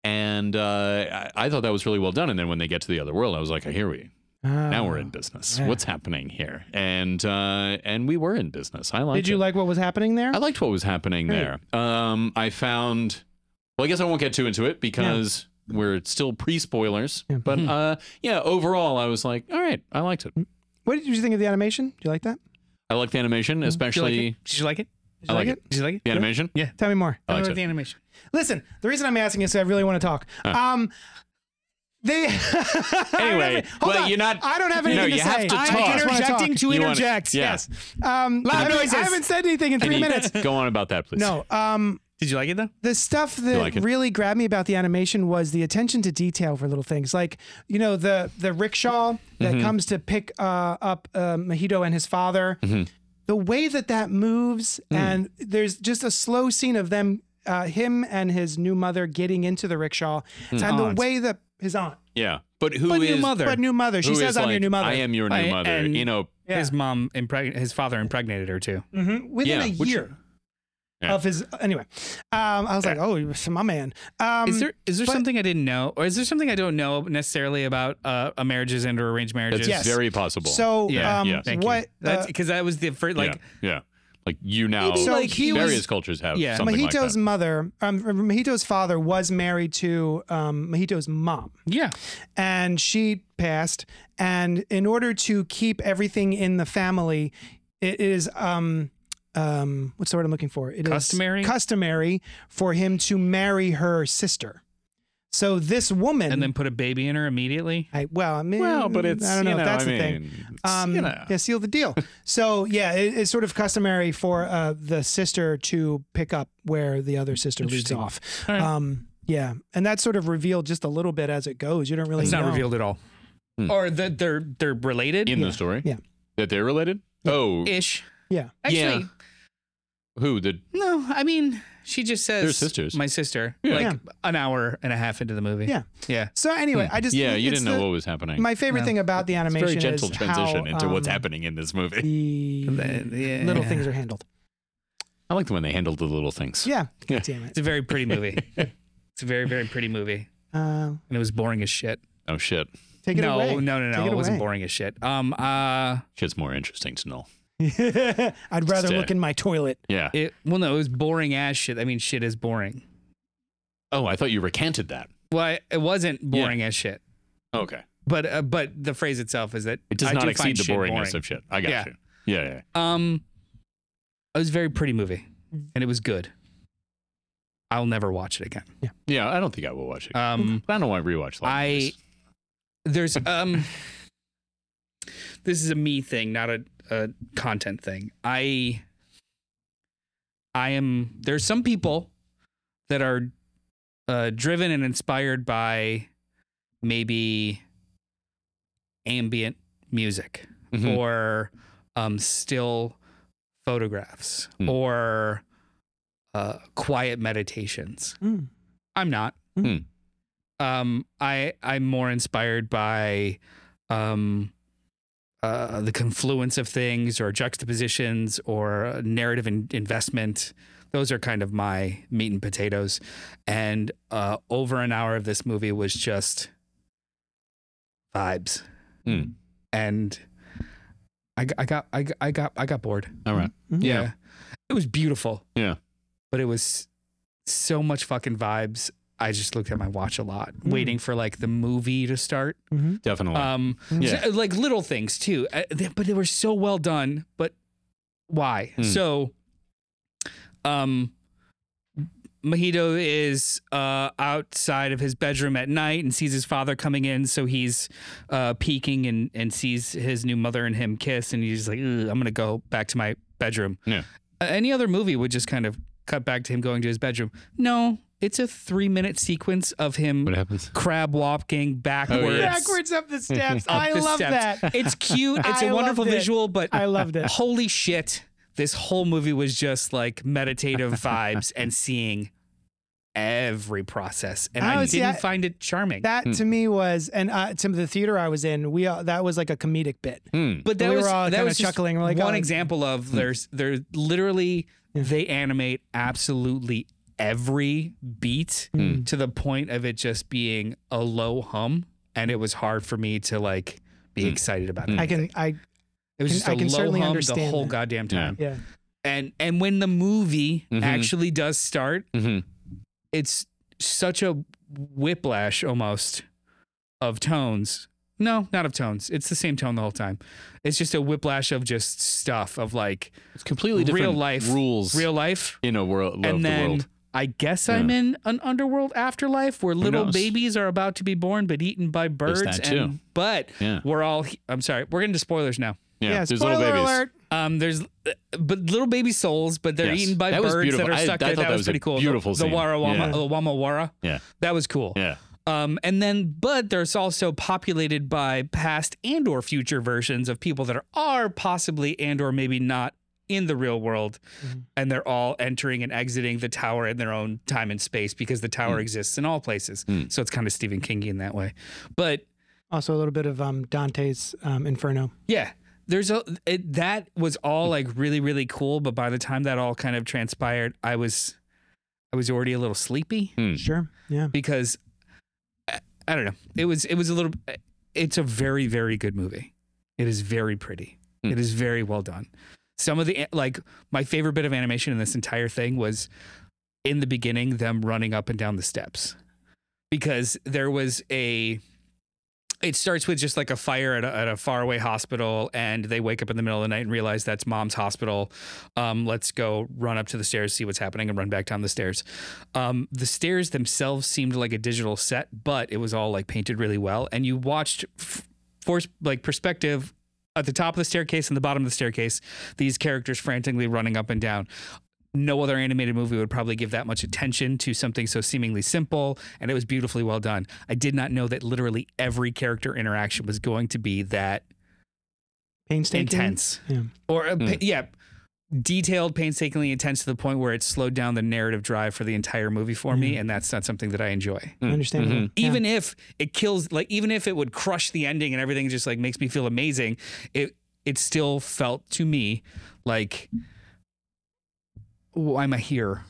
S3: and uh, I, I thought that was really well done. And then when they get to the other world, I was like, "Oh, here we now we're
S2: Oh.
S3: in business.
S1: Ah, yeah.
S3: What's happening here? And uh, and we were in business. I liked
S1: Did you
S3: it.
S1: like what was happening there?
S2: Oh.
S3: I liked what was happening
S1: Great.
S3: there. Um, I found. Well, I guess I won't get too into it because we're still pre-spoilers.
S1: Yeah. Hmm.
S3: But uh, yeah, overall, I was like, all right, I liked it.
S1: What did you think of the animation? Do you like that?
S3: I liked the
S1: Hmm.
S3: animation,
S2: Did you like
S3: especially
S2: it? Did you like it?
S1: Did
S3: I
S1: you
S3: like it.
S2: Did you like it?
S3: the animation.
S2: Yeah.
S1: Tell me more.
S3: I
S2: Tell me
S3: liked
S2: about
S3: it.
S2: the animation.
S1: Listen, the reason I'm asking is 'cause I really want to talk.
S3: Uh.
S1: Um, they. anyway,
S3: well, you're not-
S1: I don't have
S3: No,
S1: anything
S3: you
S1: to
S3: have
S1: say.
S3: to
S1: I
S3: talk.
S1: just wanna
S2: Interjecting
S1: talk.
S2: to
S3: You wanna-
S2: interject.
S3: yeah.
S2: Yes.
S1: Um, I haven't-
S2: noises.
S1: I haven't said anything in three
S3: And you-
S1: minutes.
S3: Go on about that, please.
S1: No. Um,
S2: Did you like it though?
S1: the stuff that
S3: like it?
S1: really grabbed me about the animation was the attention to detail for little things like you know the the rickshaw that
S3: Mm-hmm.
S1: comes to pick uh, up uh, Mahito and his father
S3: Mm-hmm.
S1: the way that that moves
S3: Mm.
S1: and there's just a slow scene of them uh, him and his new mother getting into the rickshaw and
S2: Aunt.
S1: the way that his aunt
S3: Yeah, but Hmm. who is
S2: But your mother.
S1: but new mother she
S3: who
S1: says
S3: is
S1: I'm
S3: like,
S1: your new mother
S3: I am your new
S2: I-
S3: mother.
S2: and-
S3: you know,
S1: Yeah.
S2: His mom impreg- his father impregnated her too.
S1: Mhm. within
S3: Yeah,
S1: a
S3: which-
S1: year
S3: Yeah.
S1: of his anyway um, I was like oh you're my man um,
S2: Is there is there
S1: but-
S2: something I didn't know, or is there something I don't know necessarily about uh, a marriages and or arranged marriages?
S3: it's
S1: Yes.
S3: very possible.
S1: so
S2: Yeah,
S1: um,
S3: yeah.
S2: Thank you.
S1: what uh,
S2: That's because that was the first like
S3: yeah, yeah. Like you now,
S1: So
S3: like
S1: he was-
S3: various cultures have
S2: Yeah.
S3: something like
S1: Mojito's
S3: that.
S1: mother, um, Mojito's father was married to um, Mojito's mom,
S2: Yeah.
S1: and she passed. And in order to keep everything in the family, it is um, um, what's the word I'm looking for? It is
S2: Customary?
S1: customary for him to marry her sister. So this woman,
S2: And then put a baby in her immediately.
S1: I, well, I mean,
S3: Well, but it's
S1: mm, I don't know
S3: you know
S1: if that's
S3: I
S1: the thing.
S3: mean, it's,
S1: Um,
S3: you know.
S1: yeah, seal the deal. so yeah, it, it's sort of customary for uh, the sister to pick up where the other sister leaves
S2: Interesting.
S1: off.
S2: All right.
S1: Um, yeah, and that's sort of revealed just a little bit as it goes. You don't really.
S2: It's not
S1: know.
S2: revealed at all.
S3: Hmm.
S2: Or that they're they're related
S3: in the story.
S1: yeah.
S3: That they're related? Oh,
S2: ish.
S1: Yeah.
S2: Actually,
S3: Yeah. who? The
S2: no. I mean, she just says
S3: They're sisters.
S2: My sister.
S3: Yeah.
S2: Like
S1: Yeah.
S2: an hour and a half into the movie.
S1: Yeah.
S2: Yeah.
S1: So anyway, I just
S3: Yeah, you
S1: it's
S3: didn't know
S1: the-
S3: what was happening.
S1: my favorite
S2: Hmm. No.
S1: thing about the
S3: It's a
S1: animation
S3: very gentle
S1: is
S3: transition
S1: how,
S3: into what's
S1: um,
S3: happening in this movie.
S1: The
S2: yeah.
S1: little things are handled.
S3: I like the when they handled the little things.
S1: Yeah.
S3: Yeah.
S1: Damn it.
S2: It's a very pretty movie. it's a very very pretty movie,
S1: Uh,
S2: and it was boring as shit.
S3: Oh shit.
S1: take it
S2: no,
S1: away.
S2: no, no, no,
S1: Take
S2: It,
S1: it
S2: wasn't
S1: away.
S2: boring as shit. Um, uh,
S3: Shit's more interesting to know.
S1: I'd rather
S3: Stay.
S1: look in my toilet.
S3: Yeah.
S2: it well, no, it was boring as shit. I mean, shit is boring.
S3: Oh, I thought you recanted that.
S2: Well, I- it wasn't boring as shit.
S3: Okay.
S2: But uh, but the phrase itself is that
S3: It does
S2: I
S3: not
S2: do
S3: exceed
S2: find
S3: the
S2: shit
S3: boringness
S2: boring.
S3: of shit. I got
S2: Yeah.
S3: you. Yeah, yeah.
S2: Um, it was a very pretty movie, and it was good. I'll never watch it again.
S3: Yeah, I don't think I will watch it.
S2: Um,
S3: I don't want to rewatch that.
S2: I there's um, this is a me thing, not a, a content thing. I I am there's some people that are uh, driven and inspired by maybe ambient music.
S3: Mhm.
S2: or um, still photographs
S3: Hmm.
S2: or uh, quiet meditations.
S1: Mm.
S2: I'm not.
S3: Hmm.
S2: Um, I I'm more inspired by um, uh, the confluence of things or juxtapositions or narrative in- investment. Those are kind of my meat and potatoes. And uh, over an hour of this movie was just vibes
S3: Hmm.
S2: and I, g- I got I, g- I got I got bored.
S3: All right. Yeah.
S2: it was beautiful.
S3: Yeah.
S2: but it was so much fucking vibes. I just looked at my watch a lot,
S3: Hmm.
S2: waiting for like the movie to start.
S1: Mhm.
S3: Definitely.
S2: Um,
S3: Yeah.
S2: so- like little things too, Uh, they- but they were so well done. But why?
S3: Mm.
S2: So, um, Mojito is uh, outside of his bedroom at night and sees his father coming in. So he's uh, peeking and, and sees his new mother and him kiss. And he's like, "Ugh, I'm going to go back to my bedroom.
S3: Yeah.
S2: Uh, any other movie would just kind of cut back to him going to his bedroom. No, it's a three minute sequence of him
S3: what Oh, happens?
S2: crab walking backwards.
S1: Backwards up the steps.
S2: up
S1: I
S2: the
S1: love
S2: steps.
S1: that.
S2: It's cute. It's
S1: I
S2: a wonderful
S1: loved it.
S2: visual, but
S1: I loved it.
S2: holy shit, this whole movie was just like meditative vibes and seeing every process. And I,
S1: Oh,
S2: didn't
S1: see, I-
S2: find it charming.
S1: That
S3: Hmm.
S1: to me was, and uh, to the theater I was in, we all, that was like a comedic bit.
S3: Hmm.
S2: but that
S1: we
S2: was
S1: were all
S2: that
S1: kinda
S2: was just
S1: chuckling. We're like,
S2: one
S1: oh,
S2: example of there's there literally they animate absolutely every beat to the point of it just being a low hum, and it was hard for me to like be excited about it.
S1: I can, I
S2: It was
S1: Can-
S2: just a
S1: I can
S2: low
S1: certainly
S2: hum the
S1: understand
S2: whole
S1: that.
S2: goddamn time.
S1: yeah.
S2: And and when the movie
S3: Mhm.
S2: actually does start,
S3: Mhm.
S2: it's such a whiplash almost of tones. No, not of tones. It's the same tone the whole time. It's just a whiplash of just stuff of like
S3: It's completely different
S2: real life
S3: rules
S2: real life,
S3: in a world of
S2: and
S3: the
S2: then
S3: world.
S2: I guess I'm
S3: Yeah.
S2: in an underworld afterlife where little
S3: knows?
S2: babies are about to be born but eaten by birds.
S3: that
S2: and,
S3: too.
S2: But
S3: Yeah.
S2: we're all. I'm sorry. We're getting to spoilers now.
S3: Yeah.
S1: yeah.
S3: There's
S1: Spoiler
S3: little babies.
S1: alert.
S2: Um, there's but little baby souls, but they're
S3: Yes.
S2: eaten by
S3: That was
S2: birds that
S3: beautiful.
S2: are
S3: I-
S2: stuck
S3: I
S2: there.
S3: thought
S2: That,
S3: that
S2: was,
S3: was a
S2: pretty cool.
S3: beautiful
S2: the,
S3: scene.
S2: The Wara Wama,
S3: Yeah.
S2: the Wama Wara.
S3: Yeah.
S2: That was cool.
S3: Yeah.
S2: Um, and then, but there's also populated by past and or future versions of people that are, are possibly and or maybe not in the real world, and they're all entering and exiting the tower in their own time and space because the
S3: Hmm.
S2: tower exists in all places.
S3: Mm.
S2: So it's kind of Stephen Kingy in that way. But
S1: Also a little bit of um, Dante's um, Inferno.
S2: yeah. There's a it, that was all like really really cool, but by the time that all kind of transpired, I was I was already a little sleepy
S3: Hmm.
S1: Sure. Yeah.
S2: because I, I don't know. It was it was a little it's a very very good movie. It is very pretty.
S3: Hmm.
S2: It is very well done. Some of the like my favorite bit of animation in this entire thing was in the beginning them running up and down the steps because there was a it starts with just like a fire at a, at a faraway hospital and they wake up in the middle of the night and realize that's mom's hospital um, let's go run up to the stairs see what's happening and run back down the stairs um, the stairs themselves seemed like a digital set but it was all like painted really well and you watched f- force like perspective at the top of the staircase and the bottom of the staircase these characters frantically running up and down no other animated movie would probably give that much attention to something so seemingly simple, and it was beautifully well done. I did not know that literally every character interaction was going to be that
S1: Painstaking.
S2: intense,
S1: Yeah.
S2: or uh, pa- yeah, detailed, painstakingly intense to the point where it slowed down the narrative drive for the entire movie for me, and that's not something that I enjoy.
S3: Hmm.
S1: Understandable. Hmm.
S3: Mm-hmm.
S1: Yeah.
S2: Even if it kills, like even if it would crush the ending and everything just like makes me feel amazing, it it still felt to me like, why am I here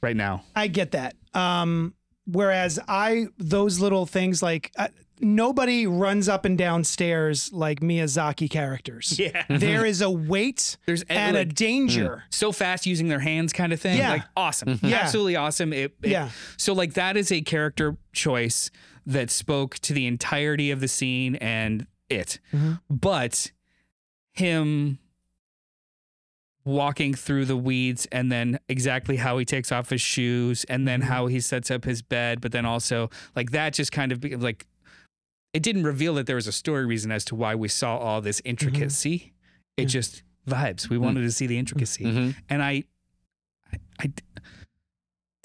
S2: right now?
S1: I get that. Um, whereas I, those little things like uh, nobody runs up and down stairs like Miyazaki characters.
S2: Yeah.
S3: Mm-hmm.
S1: There is a weight
S2: There's e-
S1: and a
S2: like-
S1: danger.
S2: so fast using their hands kind of thing.
S1: Yeah.
S2: Like awesome.
S1: Yeah.
S2: Absolutely awesome. It,
S3: Hmm.
S2: it-
S1: Yeah.
S2: So like that is a character choice that spoke to the entirety of the scene and it.
S1: Mhm.
S2: But him walking through the weeds and then exactly how he takes off his shoes and then how he sets up his bed, but then also like that just kind of be, like it didn't reveal that there was a story reason as to why we saw all this intricacy. It
S1: Yeah.
S2: just vibes. We wanted to see the intricacy,
S3: Mhm.
S2: and I, I, I-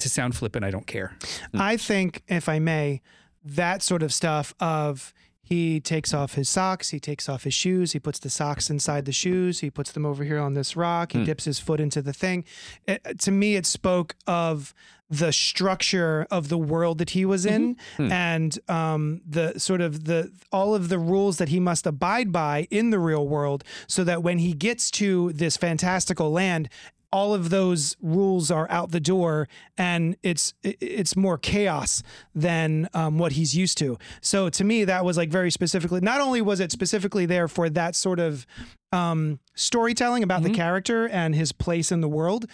S2: to sound flippant, I don't care.
S1: I think, if I may, that sort of stuff of he takes off his socks, he takes off his shoes, he puts the socks inside the shoes, he puts them over here on this rock, he dips his foot into the thing. It- to me, it spoke of the structure of the world that he was in and um, the sort of the all of the rules that he must abide by in the real world so that when he gets to this fantastical land all of those rules are out the door and it's i- it's more chaos than um, what he's used to so to me that was like very specifically not only was it specifically there for that sort of um, storytelling about
S2: Mm-hmm.
S1: the character and his place in the world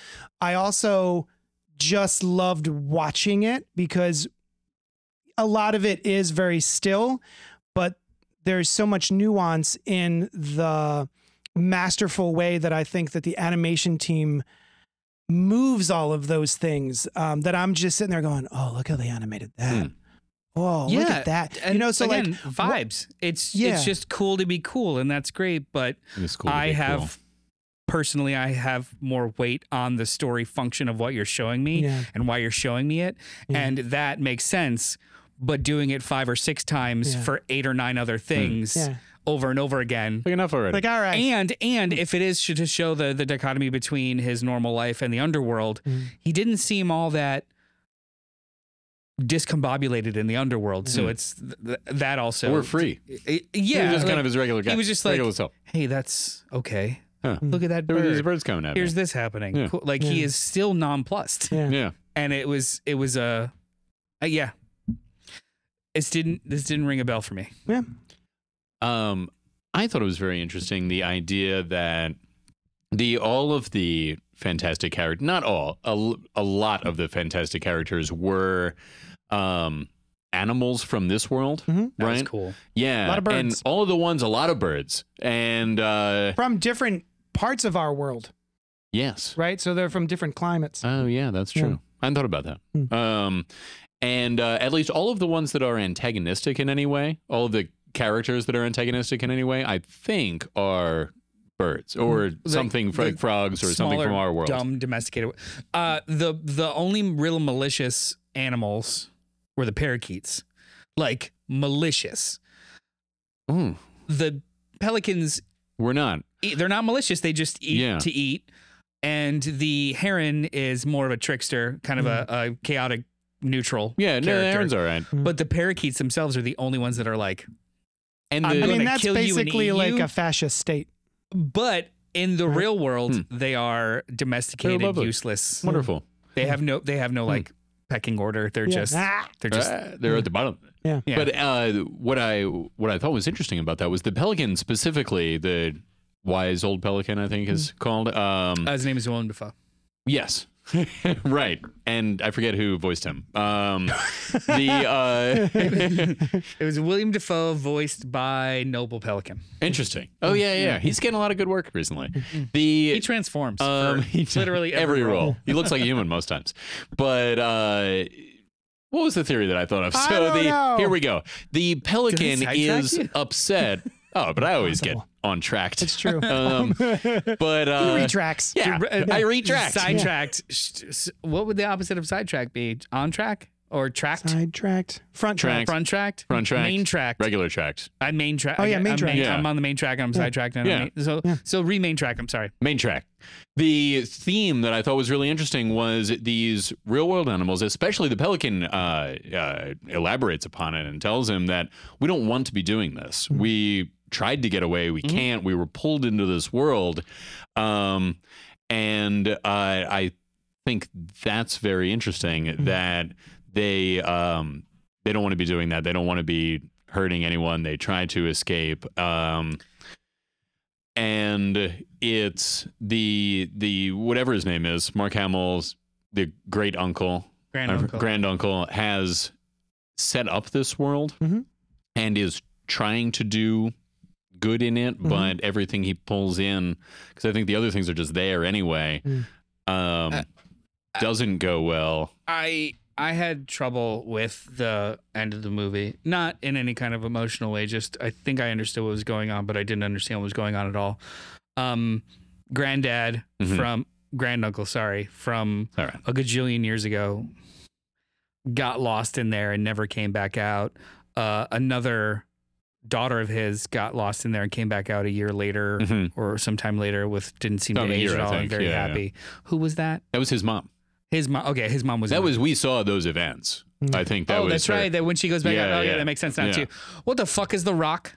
S1: i also just loved watching it because a lot of it is very still but there's so much nuance in the masterful way that I think that the animation team moves all of those things um, that I'm just sitting there going, oh, look how they animated that. Oh, look at that. you know, so
S2: Hmm. again,
S1: like wha-
S2: vibes. It's
S1: Yeah.
S2: it's just cool to be cool, and that's great. But
S3: It is cool to
S2: I
S3: be cool.
S2: have personally, I have more weight on the story function of what you're showing me
S1: Yeah.
S2: and why you're showing me it, and that makes sense. But doing it five or six times
S1: Yeah.
S2: for eight or nine
S3: Hmm.
S2: other things
S1: Yeah.
S2: over and over again
S3: Like enough already.
S1: like, all right.
S2: and and if it is sh- to show the the dichotomy between his normal life and the underworld,
S1: Mm-hmm.
S2: he didn't seem all that discombobulated in the underworld. So it's th- th- that also.
S3: Hmm. We're free.
S2: I- yeah,
S3: he was just kind
S2: like,
S3: of his regular guy.
S2: he was just like-
S3: regular as hell.
S2: hey, that's okay.
S3: Huh.
S2: Look at that
S3: There were these
S2: bird.
S3: birds coming at
S2: Here's
S3: me.
S2: this happening.
S3: Yeah.
S2: Cool. Like he
S1: Yeah.
S2: is still nonplussed,
S1: yeah.
S3: yeah.
S2: and it was it was a, a yeah. This didn't this didn't ring a bell for me.
S1: Yeah.
S3: Um, I thought it was very interesting the idea that the all of the fantastic character, not all, a, l- a lot of the fantastic characters were um, animals from this world,
S2: Mm-hmm. That
S3: right?
S2: was cool.
S3: Yeah,
S1: A lot of
S3: and
S1: birds.
S3: all of the ones, a lot of birds, and uh,
S1: From different parts of our world,
S3: yes,
S1: right? So they're from different climates.
S3: Oh yeah, that's true. I hadn't thought about that. Um, and uh, at least all of the ones that are antagonistic in any way, all of the characters that are antagonistic in any way, I think are birds or something fr-
S2: the
S3: like frogs or something
S2: smaller,
S3: from our world.
S2: Dumb domesticated. Uh, the the only real malicious animals were the parakeets, like malicious.
S3: Mm,
S2: The pelicans,
S3: we're not.
S2: eat, they're not malicious. They just eat
S3: Yeah.
S2: to eat. And the heron is more of a trickster, kind of a, a chaotic, neutral.
S3: Yeah, no,
S2: character.
S3: Aaron's all right.
S2: But the parakeets themselves are the only ones that are like.
S3: And
S2: I'm
S3: the,
S1: I
S2: gonna
S1: mean, that's
S2: kill you and
S1: basically
S2: eat
S1: like
S2: you.
S1: a fascist state.
S2: But in the real world,
S3: Hmm.
S2: they are domesticated,
S3: lovely. hmm.
S2: useless.
S3: wonderful.
S2: They have no. They have no like pecking order. They're
S1: Yeah.
S2: just.
S1: Ah.
S2: They're just.
S3: Uh, they're at the bottom.
S1: Yeah.
S2: Yeah.
S3: But uh, what I what I thought was interesting about that was the pelican specifically. The wise old pelican, I think is called. Um,
S2: Uh, his name is Willem Dafoe.
S3: yes, right. And I forget who voiced him. Um, the uh,
S2: It was William Dafoe voiced by Noble Pelican.
S3: interesting. Oh yeah, yeah. He's getting a lot of good work recently. The
S2: He transforms.
S3: Um,
S2: for literally every, role.
S3: He looks like a human most times. But uh, what was the theory that I thought of?
S1: I
S3: so
S1: don't
S3: the
S1: know.
S3: here we go. The pelican
S2: sidetrack
S3: is
S2: you?
S3: upset. Oh, but I always get on tracked.
S1: It's true.
S3: Um, but uh,
S1: he retracts.
S3: Yeah,
S2: Re- uh,
S3: I retract.
S2: Sidetracked. Sh- s- What would the opposite of sidetrack be? On track or tracked?
S1: Sidetracked. Front track.
S3: Tracked.
S2: Front tracked.
S3: front track,
S2: Main tracked.
S3: regular tracked,
S2: I main track.
S1: Oh, yeah, main
S2: I'm
S1: track.
S3: Yeah.
S2: I'm on the main track. I'm sidetracked. And I'm
S3: Yeah.
S2: main- so so remain track. I'm sorry.
S3: main track. The theme that I thought was really interesting was these real world animals, especially the pelican, uh, uh, elaborates upon it and tells him that we don't want to be doing this. We tried to get away, we can't. We were pulled into this world, um, and uh, I think that's very interesting that they um, they don't want to be doing that. They don't want to be hurting anyone. They try to escape. Um, and it's the the whatever his name is, Mark Hamill's the great uncle,
S2: Grand uncle.
S3: granduncle has set up this world
S2: Mm-hmm.
S1: Mhm.
S3: and is trying to do good in it,
S2: Mm-hmm.
S1: Mhm.
S3: but everything he pulls in, because I think the other things are just there anyway,
S1: Mm.
S3: um,
S2: Uh,
S3: doesn't go well.
S2: I I had trouble with the end of the movie. Not in any kind of emotional way. Just I think I understood what was going on, but I didn't understand what was going on at all. Um, granddad
S3: Mhm.
S2: from granduncle. Sorry, from
S3: All right.
S2: a gajillion years ago got lost in there and never came back out. Uh, another daughter of his got lost in there and came back out a year later
S3: Mhm.
S2: or sometime later with didn't seem
S3: About
S2: to
S3: a
S2: age
S3: year,
S2: at
S3: I
S2: all and
S3: think.
S2: very
S3: Yeah, yeah.
S2: happy. Who was that?
S3: That was his mom.
S2: His mom. Okay, his mom was.
S3: That
S2: in it.
S3: was we saw those events. I think that
S2: oh,
S3: was
S2: that's
S3: her-
S2: right. That when she goes back
S3: Yeah,
S2: out. Oh yeah.
S3: yeah.
S2: that makes sense now
S3: Yeah.
S2: too. What the fuck is the rock?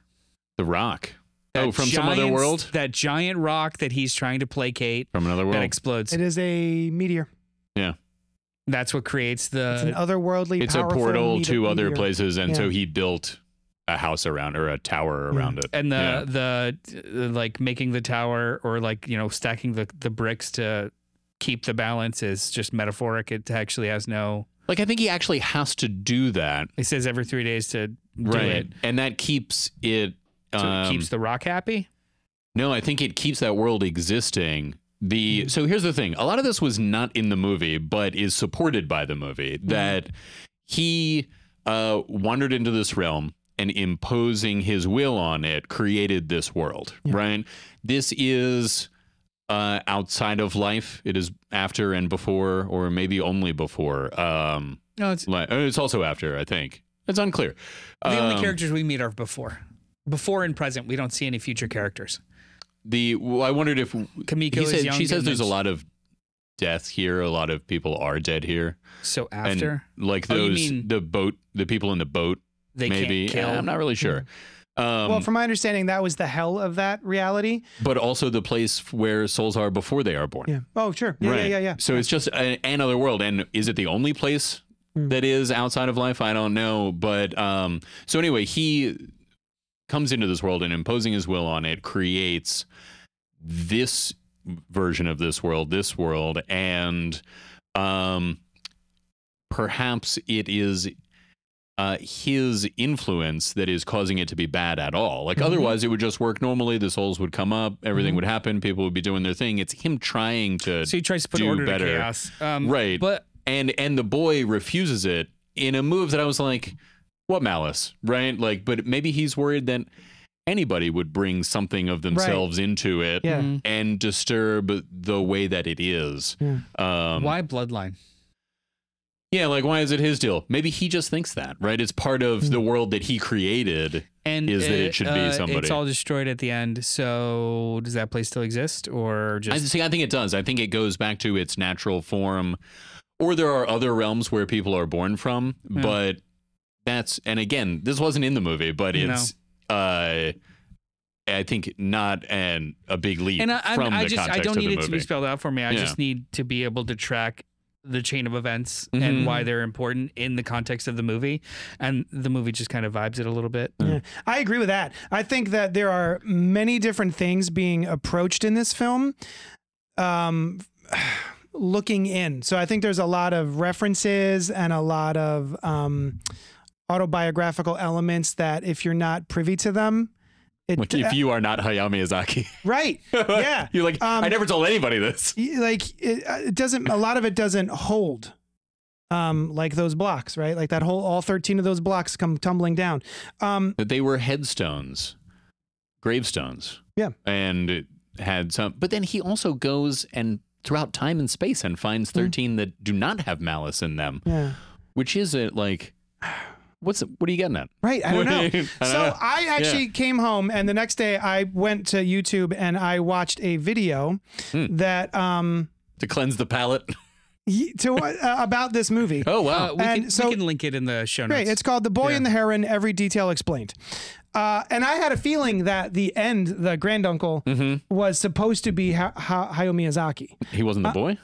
S3: The Rock.
S2: That
S3: oh, from some other
S2: giant-
S3: world.
S2: That giant rock that he's trying to placate
S3: From another world.
S2: that explodes.
S1: It is a meteor.
S2: That's what creates
S1: It's an
S2: the.
S1: otherworldly.
S3: Uh, it's a
S1: powerful
S3: portal
S1: meteor-
S3: to other
S1: meteor.
S3: places, and so
S1: Yeah. Mm.
S3: he built a house around or a tower
S1: Yeah.
S3: around it.
S2: And the,
S3: Yeah.
S2: the uh, like making the tower or like you know stacking the the bricks to keep the balance is just metaphoric. It actually has no.
S3: like I think he actually has to do that,
S2: It says every three days to do it.
S3: And that keeps it.
S2: So it
S3: um,
S2: keeps the rock happy.
S3: No, I think it keeps that world existing. The
S2: Hmm.
S3: so here's the thing: a lot of this was not in the movie, but is supported by the movie
S2: Hmm.
S3: that he uh, wandered into this realm and imposing his will on it created this world. Right? This is uh, outside of life. It is after and before, or maybe only before. Um,
S2: No, it's
S3: like, it's also after, I think. It's unclear.
S2: the only
S3: Um,
S2: characters we meet are before, before and present. We don't see any future characters.
S3: The well, I wondered if
S2: Kamiko
S3: he
S2: is
S3: said,
S2: young.
S3: she says
S2: and
S3: there's a
S2: then-
S3: lot of death here. A lot of people are dead here.
S2: So after
S3: And like
S2: Oh, you
S3: those,
S2: mean-
S3: the boat, the people in the boat,
S2: they
S3: maybe. eh,
S2: can't kill. Hmm.
S3: I'm not really sure. Um,
S1: Well, from my understanding, that was the hell of that reality.
S3: but also the place where souls are before they are born.
S1: Yeah. Oh, sure. Yeah,
S3: right.
S1: yeah, yeah, yeah.
S3: So it's just a, another world. And is it the only place
S1: Mm.
S3: that is outside of life? I don't know. But um, so anyway, he comes into this world and imposing his will on it creates this version of this world, this world, and um, perhaps it is. Uh, his influence that is causing it to be bad at all.
S1: Mm-hmm.
S3: Like otherwise, it would just work normally. The souls would come up, everything would happen, people would be doing their thing. It's him trying to
S2: So he tries to put
S3: do
S2: order
S3: better.
S2: to chaos. Um,
S3: Right.
S2: But
S3: and and the boy refuses it in a move that I was like, what malice, right? Like, but maybe he's worried that anybody would bring something of themselves into it
S1: Yeah.
S2: mm,
S3: and disturb the way that it is.
S1: Yeah.
S3: Um,
S2: why bloodline?
S3: Yeah, like why is it his deal? Maybe he just thinks that, right? It's part
S1: Hmm.
S3: of the world that he created.
S2: And uh,
S3: Is that it should be somebody.
S2: It's all destroyed at the end. So does that place still exist, or
S3: I
S2: just
S3: see. I think it does. I think it goes back to its natural form, or there are other realms where people are born from.
S2: Yeah.
S3: But that's and again, this wasn't in the movie, but
S2: No.
S3: it's uh, I think not an a big leap
S2: and I, I'm-
S3: from
S2: I
S3: the
S2: just I
S3: context
S2: don't
S3: of
S2: need
S3: the
S2: it to be
S3: movie.
S2: spelled out for me. I
S3: Yeah.
S2: just need to be able to track the chain of events
S3: Mhm.
S2: and why they're important in the context of the movie. And the movie just kind of vibes it a little bit.
S1: Yeah, I agree with that. I think that there are many different things being approached in this film. Um, looking in, so I think there's a lot of references and a lot of um, autobiographical elements that, if you're not privy to them, it uh,
S3: Like if you are not Hayao Miyazaki,
S1: right, yeah,
S3: you're like
S1: Um,
S3: I never told anybody this.
S1: y- like it, uh, it doesn't a lot of it doesn't hold um like those blocks right like that whole all 13 of those blocks come tumbling down um
S3: That they were headstones, gravestones.
S1: Yeah.
S3: and it had some. But then he also goes and throughout time and space and finds
S1: Hmm.
S3: thirteen that do not have malice in them,
S1: yeah
S3: which is it like. What's what are you getting at?
S1: right i don't know
S3: I don't
S1: so
S3: know.
S1: i actually came home and the next day i went to youtube and i watched a video
S3: Hmm.
S1: that um
S3: To cleanse the palate.
S1: y- to uh, about this movie
S3: Oh wow!
S2: Uh, we,
S1: And
S2: can,
S1: so-
S2: we can link it in the show notes.
S1: Great. It's called The Boy and the Heron, Every Detail Explained. Uh, and I had a feeling that the end, the granduncle,
S3: Mm-hmm.
S1: was supposed to be ha- ha- Hayao Miyazaki.
S3: he wasn't the boy.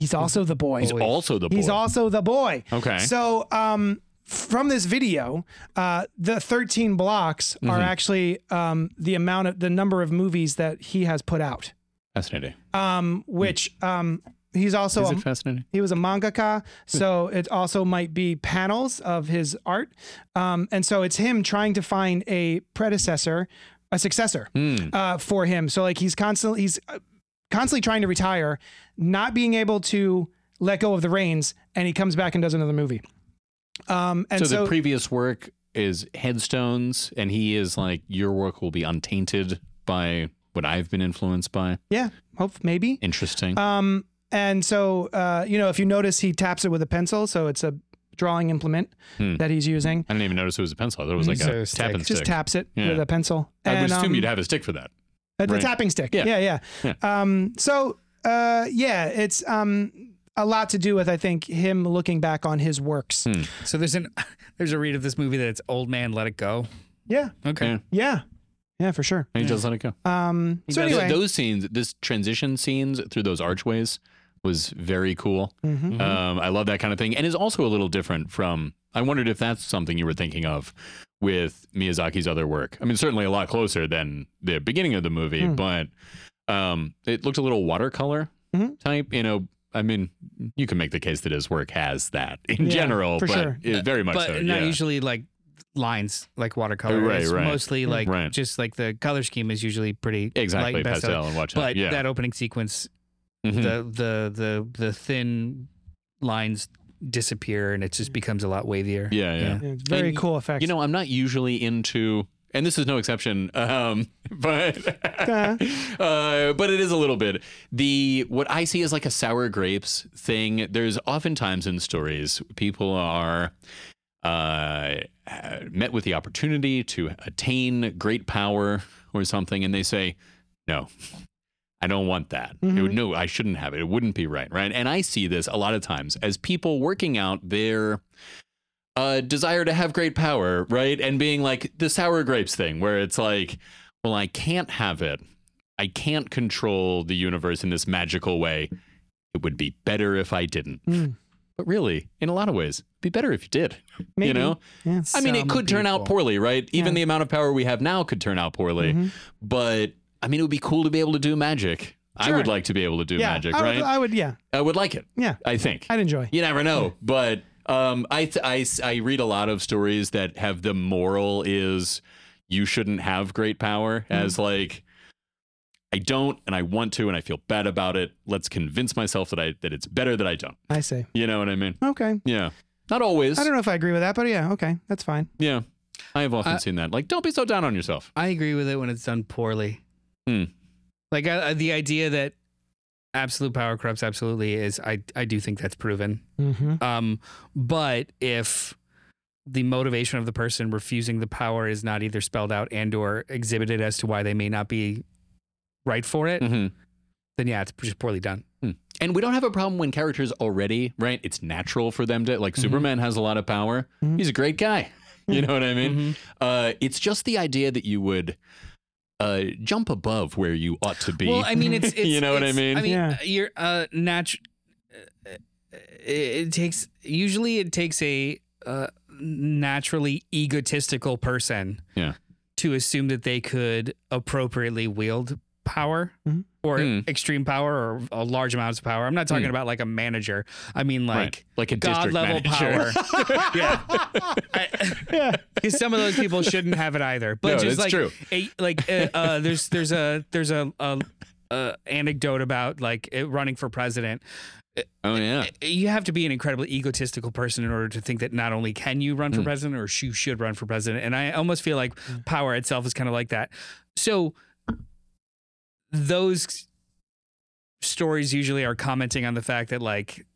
S1: He's also the boy.
S3: He's also the boy.
S1: Uh, He's also the boy.
S3: Okay.
S1: So, um, from this video, uh, the 13 blocks
S3: Mm-hmm.
S1: are actually um, the amount of the number of movies that he has put out.
S3: fascinating.
S1: Um, which um, he's also
S3: Is
S1: a-
S3: it fascinating?
S1: he was a mangaka, so it also might be panels of his art. Um, and so it's him trying to find a predecessor, a successor
S3: Hmm.
S1: uh, for him. So like he's constantly he's uh, constantly trying to retire, not being able to let go of the reins, and he comes back and does another movie. Um, and
S3: So,
S1: so,
S3: the previous work is headstones, and he is like, your work will be untainted by what I've been influenced by.
S1: yeah, hope maybe.
S3: Interesting.
S1: Um, and so uh, you know if you notice he taps it with a pencil, so it's a drawing implement that he's using.
S3: I didn't even notice it was a pencil. I thought Hmm. it was Mm-hmm. like
S2: It's
S3: a,
S2: a stick.
S3: tapping
S1: Just
S3: stick.
S1: taps it
S3: Yeah.
S1: with a pencil.
S3: I would
S1: And,
S3: assume
S1: um,
S3: you'd have a stick for that.
S1: Uh, The
S3: Right.
S1: tapping stick.
S3: Yeah.
S1: Yeah, yeah. Um, so uh, yeah, it's um, a lot to do with I think him looking back on his works.
S3: Hmm.
S2: so there's an there's a read of this movie that it's old man let it go.
S1: Yeah,
S2: Okay.
S3: Yeah.
S1: yeah, yeah, for sure.
S3: And he just let it go.
S1: Um, so
S3: Th-
S1: anyway,
S3: those scenes, this transition scenes through those archways was very cool.
S1: Mm-hmm.
S3: Um, I love that kind of thing, and is also a little different from. I wondered if that's something you were thinking of with Miyazaki's other work. I mean, certainly a lot closer than the beginning of the movie,
S1: Hmm.
S3: but um, it looked a little watercolor
S1: Mhm.
S3: type. You know, I mean, you can make the case that his work has that in
S1: Yeah,
S3: general,
S1: for
S3: but
S1: sure.
S3: it, very much
S2: but
S3: so.
S2: not
S3: yeah.
S2: usually like lines like watercolor.
S3: Right,
S2: It's
S3: right.
S2: Mostly like
S3: Right.
S2: just like the color scheme is usually pretty
S3: exactly,
S2: light and pastel.
S3: pastel and watch
S2: But
S3: yeah.
S2: that opening sequence,
S3: Mhm.
S2: the the the the thin lines disappear and it just becomes a lot wavier.
S3: Yeah, yeah.
S1: yeah, it's very
S3: and y-
S1: cool effects.
S3: You know, I'm not usually into, and this is no exception, um, but uh, but it is a little bit the what I see is like a sour grapes thing. There's oftentimes in stories people are uh, met with the opportunity to attain great power or something, and they say, "No, I don't want that. It would- no, I shouldn't have it. It wouldn't be right, right?" And I see this a lot of times as people working out their uh, desire to have great power, right? And being like the sour grapes thing, where it's like, well, I can't have it. I can't control the universe in this magical way. It would be better if I ditn't.
S1: Mm.
S3: But really, in a lot of ways, it'd be better if you did.
S1: Maybe.
S3: You know?
S1: Yeah.
S3: I mean, it
S2: Some
S3: could turn out
S2: people.
S3: poorly, right? Even the amount of power we have now could turn out poorly.
S1: Mm-hmm.
S3: But I mean, it would be cool to be able to do magic. I
S1: Sure.
S3: would like to be able to do
S1: yeah,
S3: magic,
S1: I would,
S3: right? I,
S1: I would, yeah,
S3: would like it.
S1: yeah,
S3: I think.
S1: I'd enjoy.
S3: You never know, but um, I, th- I s- I read a lot of stories that have the moral is you shouldn't have great power as like I don't and I want to and I feel bad about it. Let's convince myself that I that it's better that I don't.
S1: I say,
S3: You know what I mean?
S1: okay.
S3: Yeah, not always.
S1: I don't know if I agree with that, but yeah, okay, that's fine.
S3: yeah, I have often
S2: I-
S3: seen that. Like, don't be so down on yourself.
S2: I agree with it when it's done poorly.
S3: Hmm.
S2: Like I, I- the idea that absolute power corrupts absolutely is I I do think that's proven.
S1: Mm-hmm.
S2: Um, but if the motivation of the person refusing the power is not either spelled out and or exhibited as to why they may not be right for it,
S3: Mm-hmm.
S2: then yeah, it's just poorly done.
S3: And we don't have a problem when characters already, right? It's natural for them to,
S2: Mm-hmm.
S3: like, Superman has a lot of power.
S1: Mhm.
S3: He's a great guy. You know what I mean?
S2: Mm-hmm.
S3: Uh, it's just the idea that you would uh, jump above where you ought to be.
S2: Well, I mean, uh, it's, it's
S3: You know what I
S2: it's-
S3: mean?
S2: I mean,
S1: Yeah.
S2: uh, you're uh, natu- it, it takes usually it takes a uh, naturally egotistical person
S3: Yeah.
S2: to assume that they could appropriately wield power
S1: Mhm.
S2: or
S3: Mm.
S2: extreme power or uh, large amounts of power. I'm not talking
S3: Mm.
S2: about like a manager. I mean like
S3: Right. like a
S2: god
S3: district
S2: level
S3: manager.
S2: power. yeah. Because some of those people shouldn't have it either. But
S3: No,
S2: just
S3: that's
S2: like
S3: true.
S2: a- like uh, uh, there's there's a there's a, a, a anecdote about like uh, running for president.
S3: oh yeah.
S2: Eh, You have to be an incredibly egotistical person in order to think that not only can you run for
S3: Mm.
S2: president or you should run for president. And I almost feel like
S3: Hmm.
S2: power itself is kind of like that. So those stories usually are commenting on the fact that like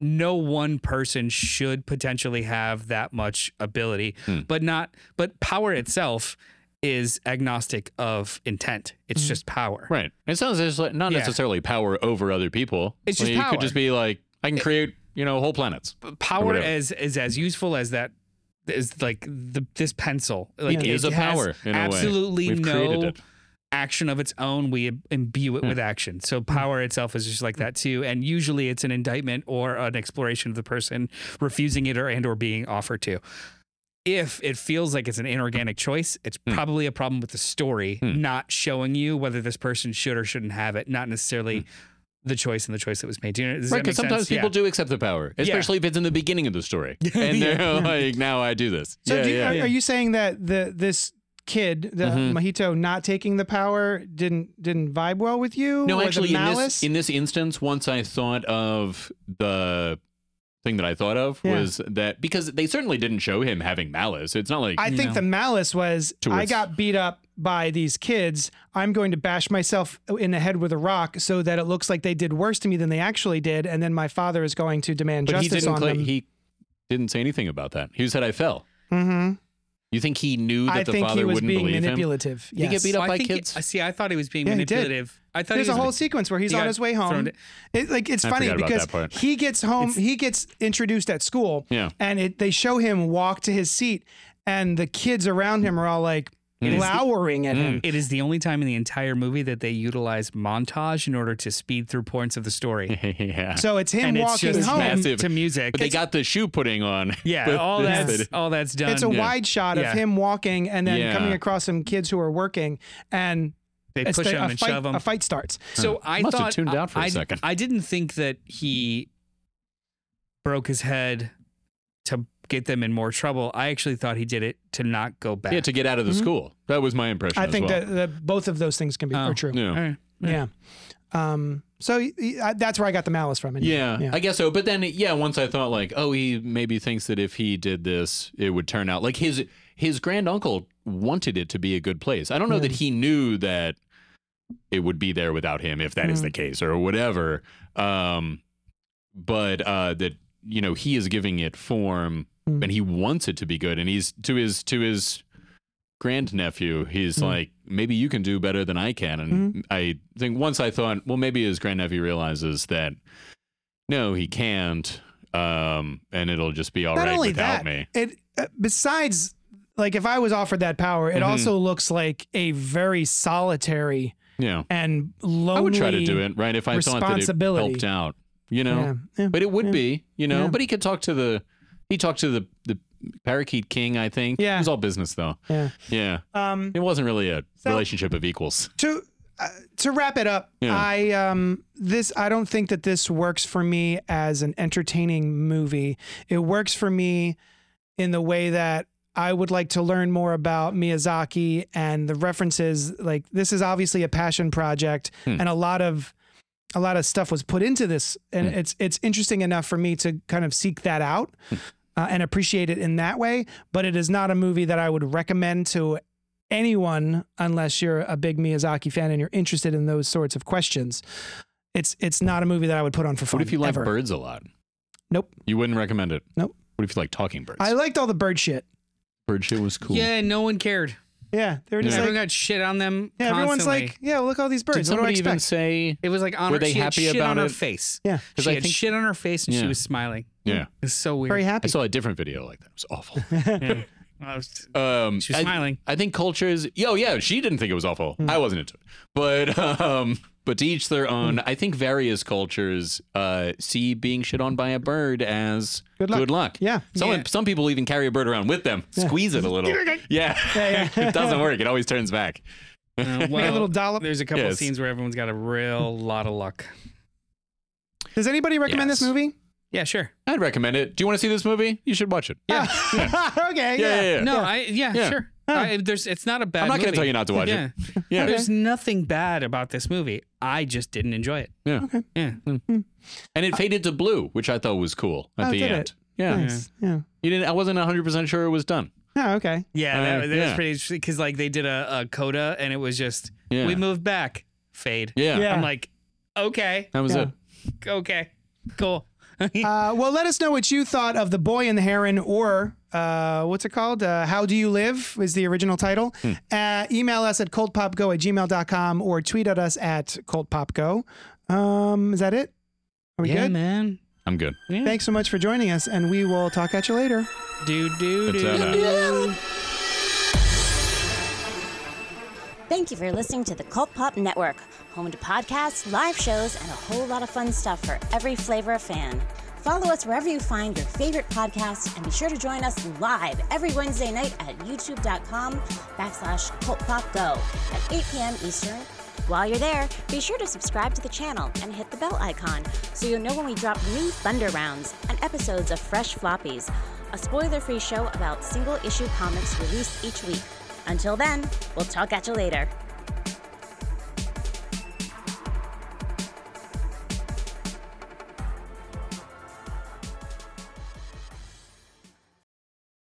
S2: no one person should potentially have that much ability
S3: Hmm.
S2: but not but power itself is agnostic of intent it's
S3: Hmm.
S1: Mhm.
S2: just power
S3: Right. It sounds just like not
S2: Yeah.
S3: necessarily power over other people.
S2: It's
S3: Like,
S2: just
S3: you could
S2: power.
S3: just be like, I can create, you know, whole planets.
S2: power
S3: whatever.
S2: as is as useful as that is like the this pencil like
S3: It is a
S2: has
S3: power, in a way.
S2: absolutely
S3: We've created
S2: no
S3: it. Hmm.
S2: action of its own we imbue it
S3: Yeah.
S2: with action so power itself is just like that too and usually it's an indictment or an exploration of the person refusing it or and or being offered to if it feels like it's an inorganic choice it's probably a problem with the story
S3: Hmm.
S2: not showing you whether this person should or shouldn't have it not necessarily the choice and the choice that was made Do you know, does that
S3: Hmm. Right,
S2: make
S3: because sometimes
S2: sense?
S3: people
S2: Yeah.
S3: do accept the power,
S2: Yeah.
S3: especially if it's in the beginning of the story. And they're like, now I do this.
S1: So
S3: yeah,
S1: do you,
S3: yeah.
S1: Are, are you saying that the this kid, the
S3: Mhm.
S1: mojito, not taking the power didn't didn't vibe well with you?
S3: no,
S1: or
S3: actually,
S1: the
S3: in
S1: malice.
S3: this, in this instance, once I thought of the thing that I thought of
S1: Yeah.
S3: was that because they certainly didn't show him having malice. It's not like
S1: I think
S2: No.
S1: the malice was I
S3: Towards-
S1: got beat up by these kids. I'm going to bash myself in the head with a rock so that it looks like they did worse to me than they actually did, and then my father is going to demand
S3: but he
S1: justice
S3: didn't
S1: on
S3: cla-
S1: them.
S3: he didn't say anything about that. He said I fell.
S1: mm-hmm.
S3: You think he knew that
S1: I
S3: the
S1: think
S3: father
S1: he was
S3: wouldn't
S1: being
S3: believe him?
S1: manipulative.
S3: he get
S1: yes.
S3: beat up
S2: I
S3: by
S2: think he-
S3: kids?
S2: I see. I thought he was being
S1: Yeah, he did.
S2: manipulative. I thought
S1: There's
S2: he
S1: a
S2: was
S1: whole sequence where he's
S2: he
S1: on
S2: got
S1: his way
S2: thrown
S1: home.
S2: to-
S1: It, like it's
S3: I
S1: funny
S3: forgot about
S1: because
S3: that part.
S1: he gets home, he gets introduced at school,
S3: Yeah.
S1: and it, they show him walk to his seat, and the kids around him are all like glowering
S3: Mm.
S1: at him.
S2: It is the only time in the entire movie that they utilize montage in order to speed through points of the story.
S3: yeah.
S1: So it's him
S2: and it's
S1: walking
S2: just
S1: home.
S3: massive.
S2: to music.
S3: But they got the shoe putting on.
S2: yeah,
S3: But
S2: all
S3: this-
S2: that's all that's done.
S1: It's a
S3: Yeah.
S1: wide shot of
S2: Yeah.
S1: him walking and then
S3: Yeah.
S1: coming across some kids who are working, and
S2: they
S1: it's
S2: push
S1: the-
S2: him
S1: a,
S2: and
S1: fight,
S2: shove him.
S1: a fight starts.
S2: So I
S3: Must have
S2: thought
S3: tuned out for a
S2: a
S3: second.
S2: I didn't think that he broke his head to get them in more trouble. I actually thought he did it to not go back.
S3: Yeah, to get out of the school. That was my impression.
S1: Mm-hmm. I
S3: as
S1: think
S3: well.
S1: that, that both of those things can be
S2: Oh.
S1: are true.
S3: Yeah.
S2: All right.
S1: Yeah. Um, so y- y- I- that's where I got the malice from. anyway.
S3: Yeah, I guess so. But then, yeah, once I thought like, oh, he maybe thinks that if he did this, it would turn out like his his grand uncle wanted it to be a good place. I don't know
S1: Yeah.
S3: that he knew that it would be there without him, if that is
S1: Mm.
S3: the case, or whatever. Um, but uh, that you know he is giving it form,
S1: Mm.
S3: and he wants it to be good, and he's to his to his grandnephew, he's
S1: Mm.
S3: like, maybe you can do better than I can. And
S1: Mm-hmm.
S3: I think once I thought, well, maybe his grandnephew realizes that no, he can't, um, and it'll just be all right
S1: Not only that,
S3: without me.
S1: it uh, besides like if I was offered that power, it
S3: Mhm.
S1: also looks like a very solitary
S3: Yeah,
S1: and lonely.
S3: I would try to do it right if I thought that it
S1: responsibility.
S3: helped out, you know.
S1: Yeah, yeah.
S3: But it would
S1: Yeah.
S3: be, you know.
S1: Yeah.
S3: But he could talk to the he talked to the the parakeet king. I think.
S1: Yeah.
S3: it was all business though.
S1: Yeah.
S3: Yeah,
S1: Um,
S3: it wasn't really a
S1: So-
S3: relationship of equals.
S1: to uh, to wrap it up,
S3: Yeah.
S1: I um this I don't think that this works for me as an entertaining movie. It works for me in the way that I would like to learn more about Miyazaki and the references. Like this is obviously a passion project,
S3: Hmm.
S1: and a lot of a lot of stuff was put into this, and
S3: Hmm.
S1: it's it's interesting enough for me to kind of seek that out. Uh, and appreciate it in that way, but it is not a movie that I would recommend to anyone unless you're a big Miyazaki fan and you're interested in those sorts of questions. It's it's not a movie that I would put on for fun.
S3: What if you like
S1: ever.
S3: birds a lot?
S1: Nope.
S3: You wouldn't recommend it.
S1: Nope.
S3: What if you like talking birds?
S1: I liked all the bird shit.
S3: Bird shit was cool.
S2: Yeah, no one cared.
S1: Yeah, they were just
S2: Everyone
S1: like,
S2: got shit on them.
S1: yeah, everyone's
S2: constantly.
S1: like, yeah, look at all these
S3: Did
S1: birds. What do I
S3: somebody even
S1: expect?
S3: say?
S2: It was like on
S3: Were
S2: her,
S3: they
S2: she had
S3: happy
S2: shit
S3: about
S2: on her
S3: it?
S2: face.
S1: Yeah.
S2: She
S3: 'Cause I
S2: had
S3: think-
S2: shit on her face and
S3: Yeah.
S2: she was smiling.
S3: Yeah.
S2: It's so weird.
S1: Very happy.
S3: I saw a different video like that. It was awful.
S2: Yeah. I was-
S3: Um,
S2: She was
S3: I-
S2: smiling.
S1: Hmm.
S3: I think culture is. Yo, yeah, she didn't think it was awful. I wasn't into it, but um, but to each their own.
S1: Hmm.
S3: I think various cultures uh, see being shit on by a bird as
S1: Good
S3: good
S1: luck.
S3: luck.
S1: Yeah.
S3: Some
S2: Yeah.
S3: some people even carry a bird around with them, squeeze it a little. Yeah.
S1: Yeah, yeah.
S3: it doesn't work. It always turns back.
S2: Uh,
S1: a
S2: well,
S1: little dollop.
S2: There's a couple
S3: Yes.
S2: scenes where everyone's got a real lot of luck.
S1: Does anybody recommend this
S3: Yes.
S1: movie?
S2: Yeah, sure.
S3: I'd recommend it. Do you want to see this movie? You should watch it.
S2: Yeah.
S1: okay.
S3: Yeah,
S1: Yeah.
S3: yeah, yeah.
S2: No, I yeah,
S3: Yeah.
S2: sure. I, there's it's not a bad.
S3: I'm not going
S2: movie.
S3: to tell you not to watch
S2: yeah.
S3: it. Yeah.
S2: There's nothing bad about this movie. I just didn't enjoy it.
S3: Yeah.
S2: Yeah.
S3: And it faded to blue, which I thought was cool at
S1: Oh,
S3: the
S1: did it?
S3: end. Yeah.
S1: Nice. Yeah.
S3: You didn't I wasn't 100% sure it was done.
S1: Oh, okay.
S2: Yeah,
S3: Uh,
S2: that, that was
S3: yeah.
S2: pretty interesting because like they did a, a coda and it was just
S3: Yeah.
S2: we moved back fade.
S3: Yeah.
S1: Yeah.
S2: I'm like, okay,
S3: That was
S1: Yeah.
S3: it.
S2: okay, cool.
S1: Uh, well, let us know what you thought of The Boy and the Heron or uh, what's it called? Uh, How Do You Live is the original title. Uh, email us at coldpopgo at gmail.com or tweet at us at coldpopgo. Um, is that it? Are we
S2: yeah,
S1: good?
S2: man.
S3: I'm good.
S1: Thanks so much for joining us, and we will talk at you later.
S2: Do do
S3: It's out.
S2: do.
S4: Thank you for listening to the Cult Pop Network, home to podcasts, live shows, and a whole lot of fun stuff for every flavor of fan. Follow us wherever you find your favorite podcasts, and be sure to join us live every Wednesday night at youtube.com backslash cultpopgo at 8 p.m. Eastern. While you're there, be sure to subscribe to the channel and hit the bell icon so you'll know when we drop new Thunder Rounds and episodes of Fresh Floppies, a spoiler-free show about single-issue comics released each week. Until then, we'll talk at you later.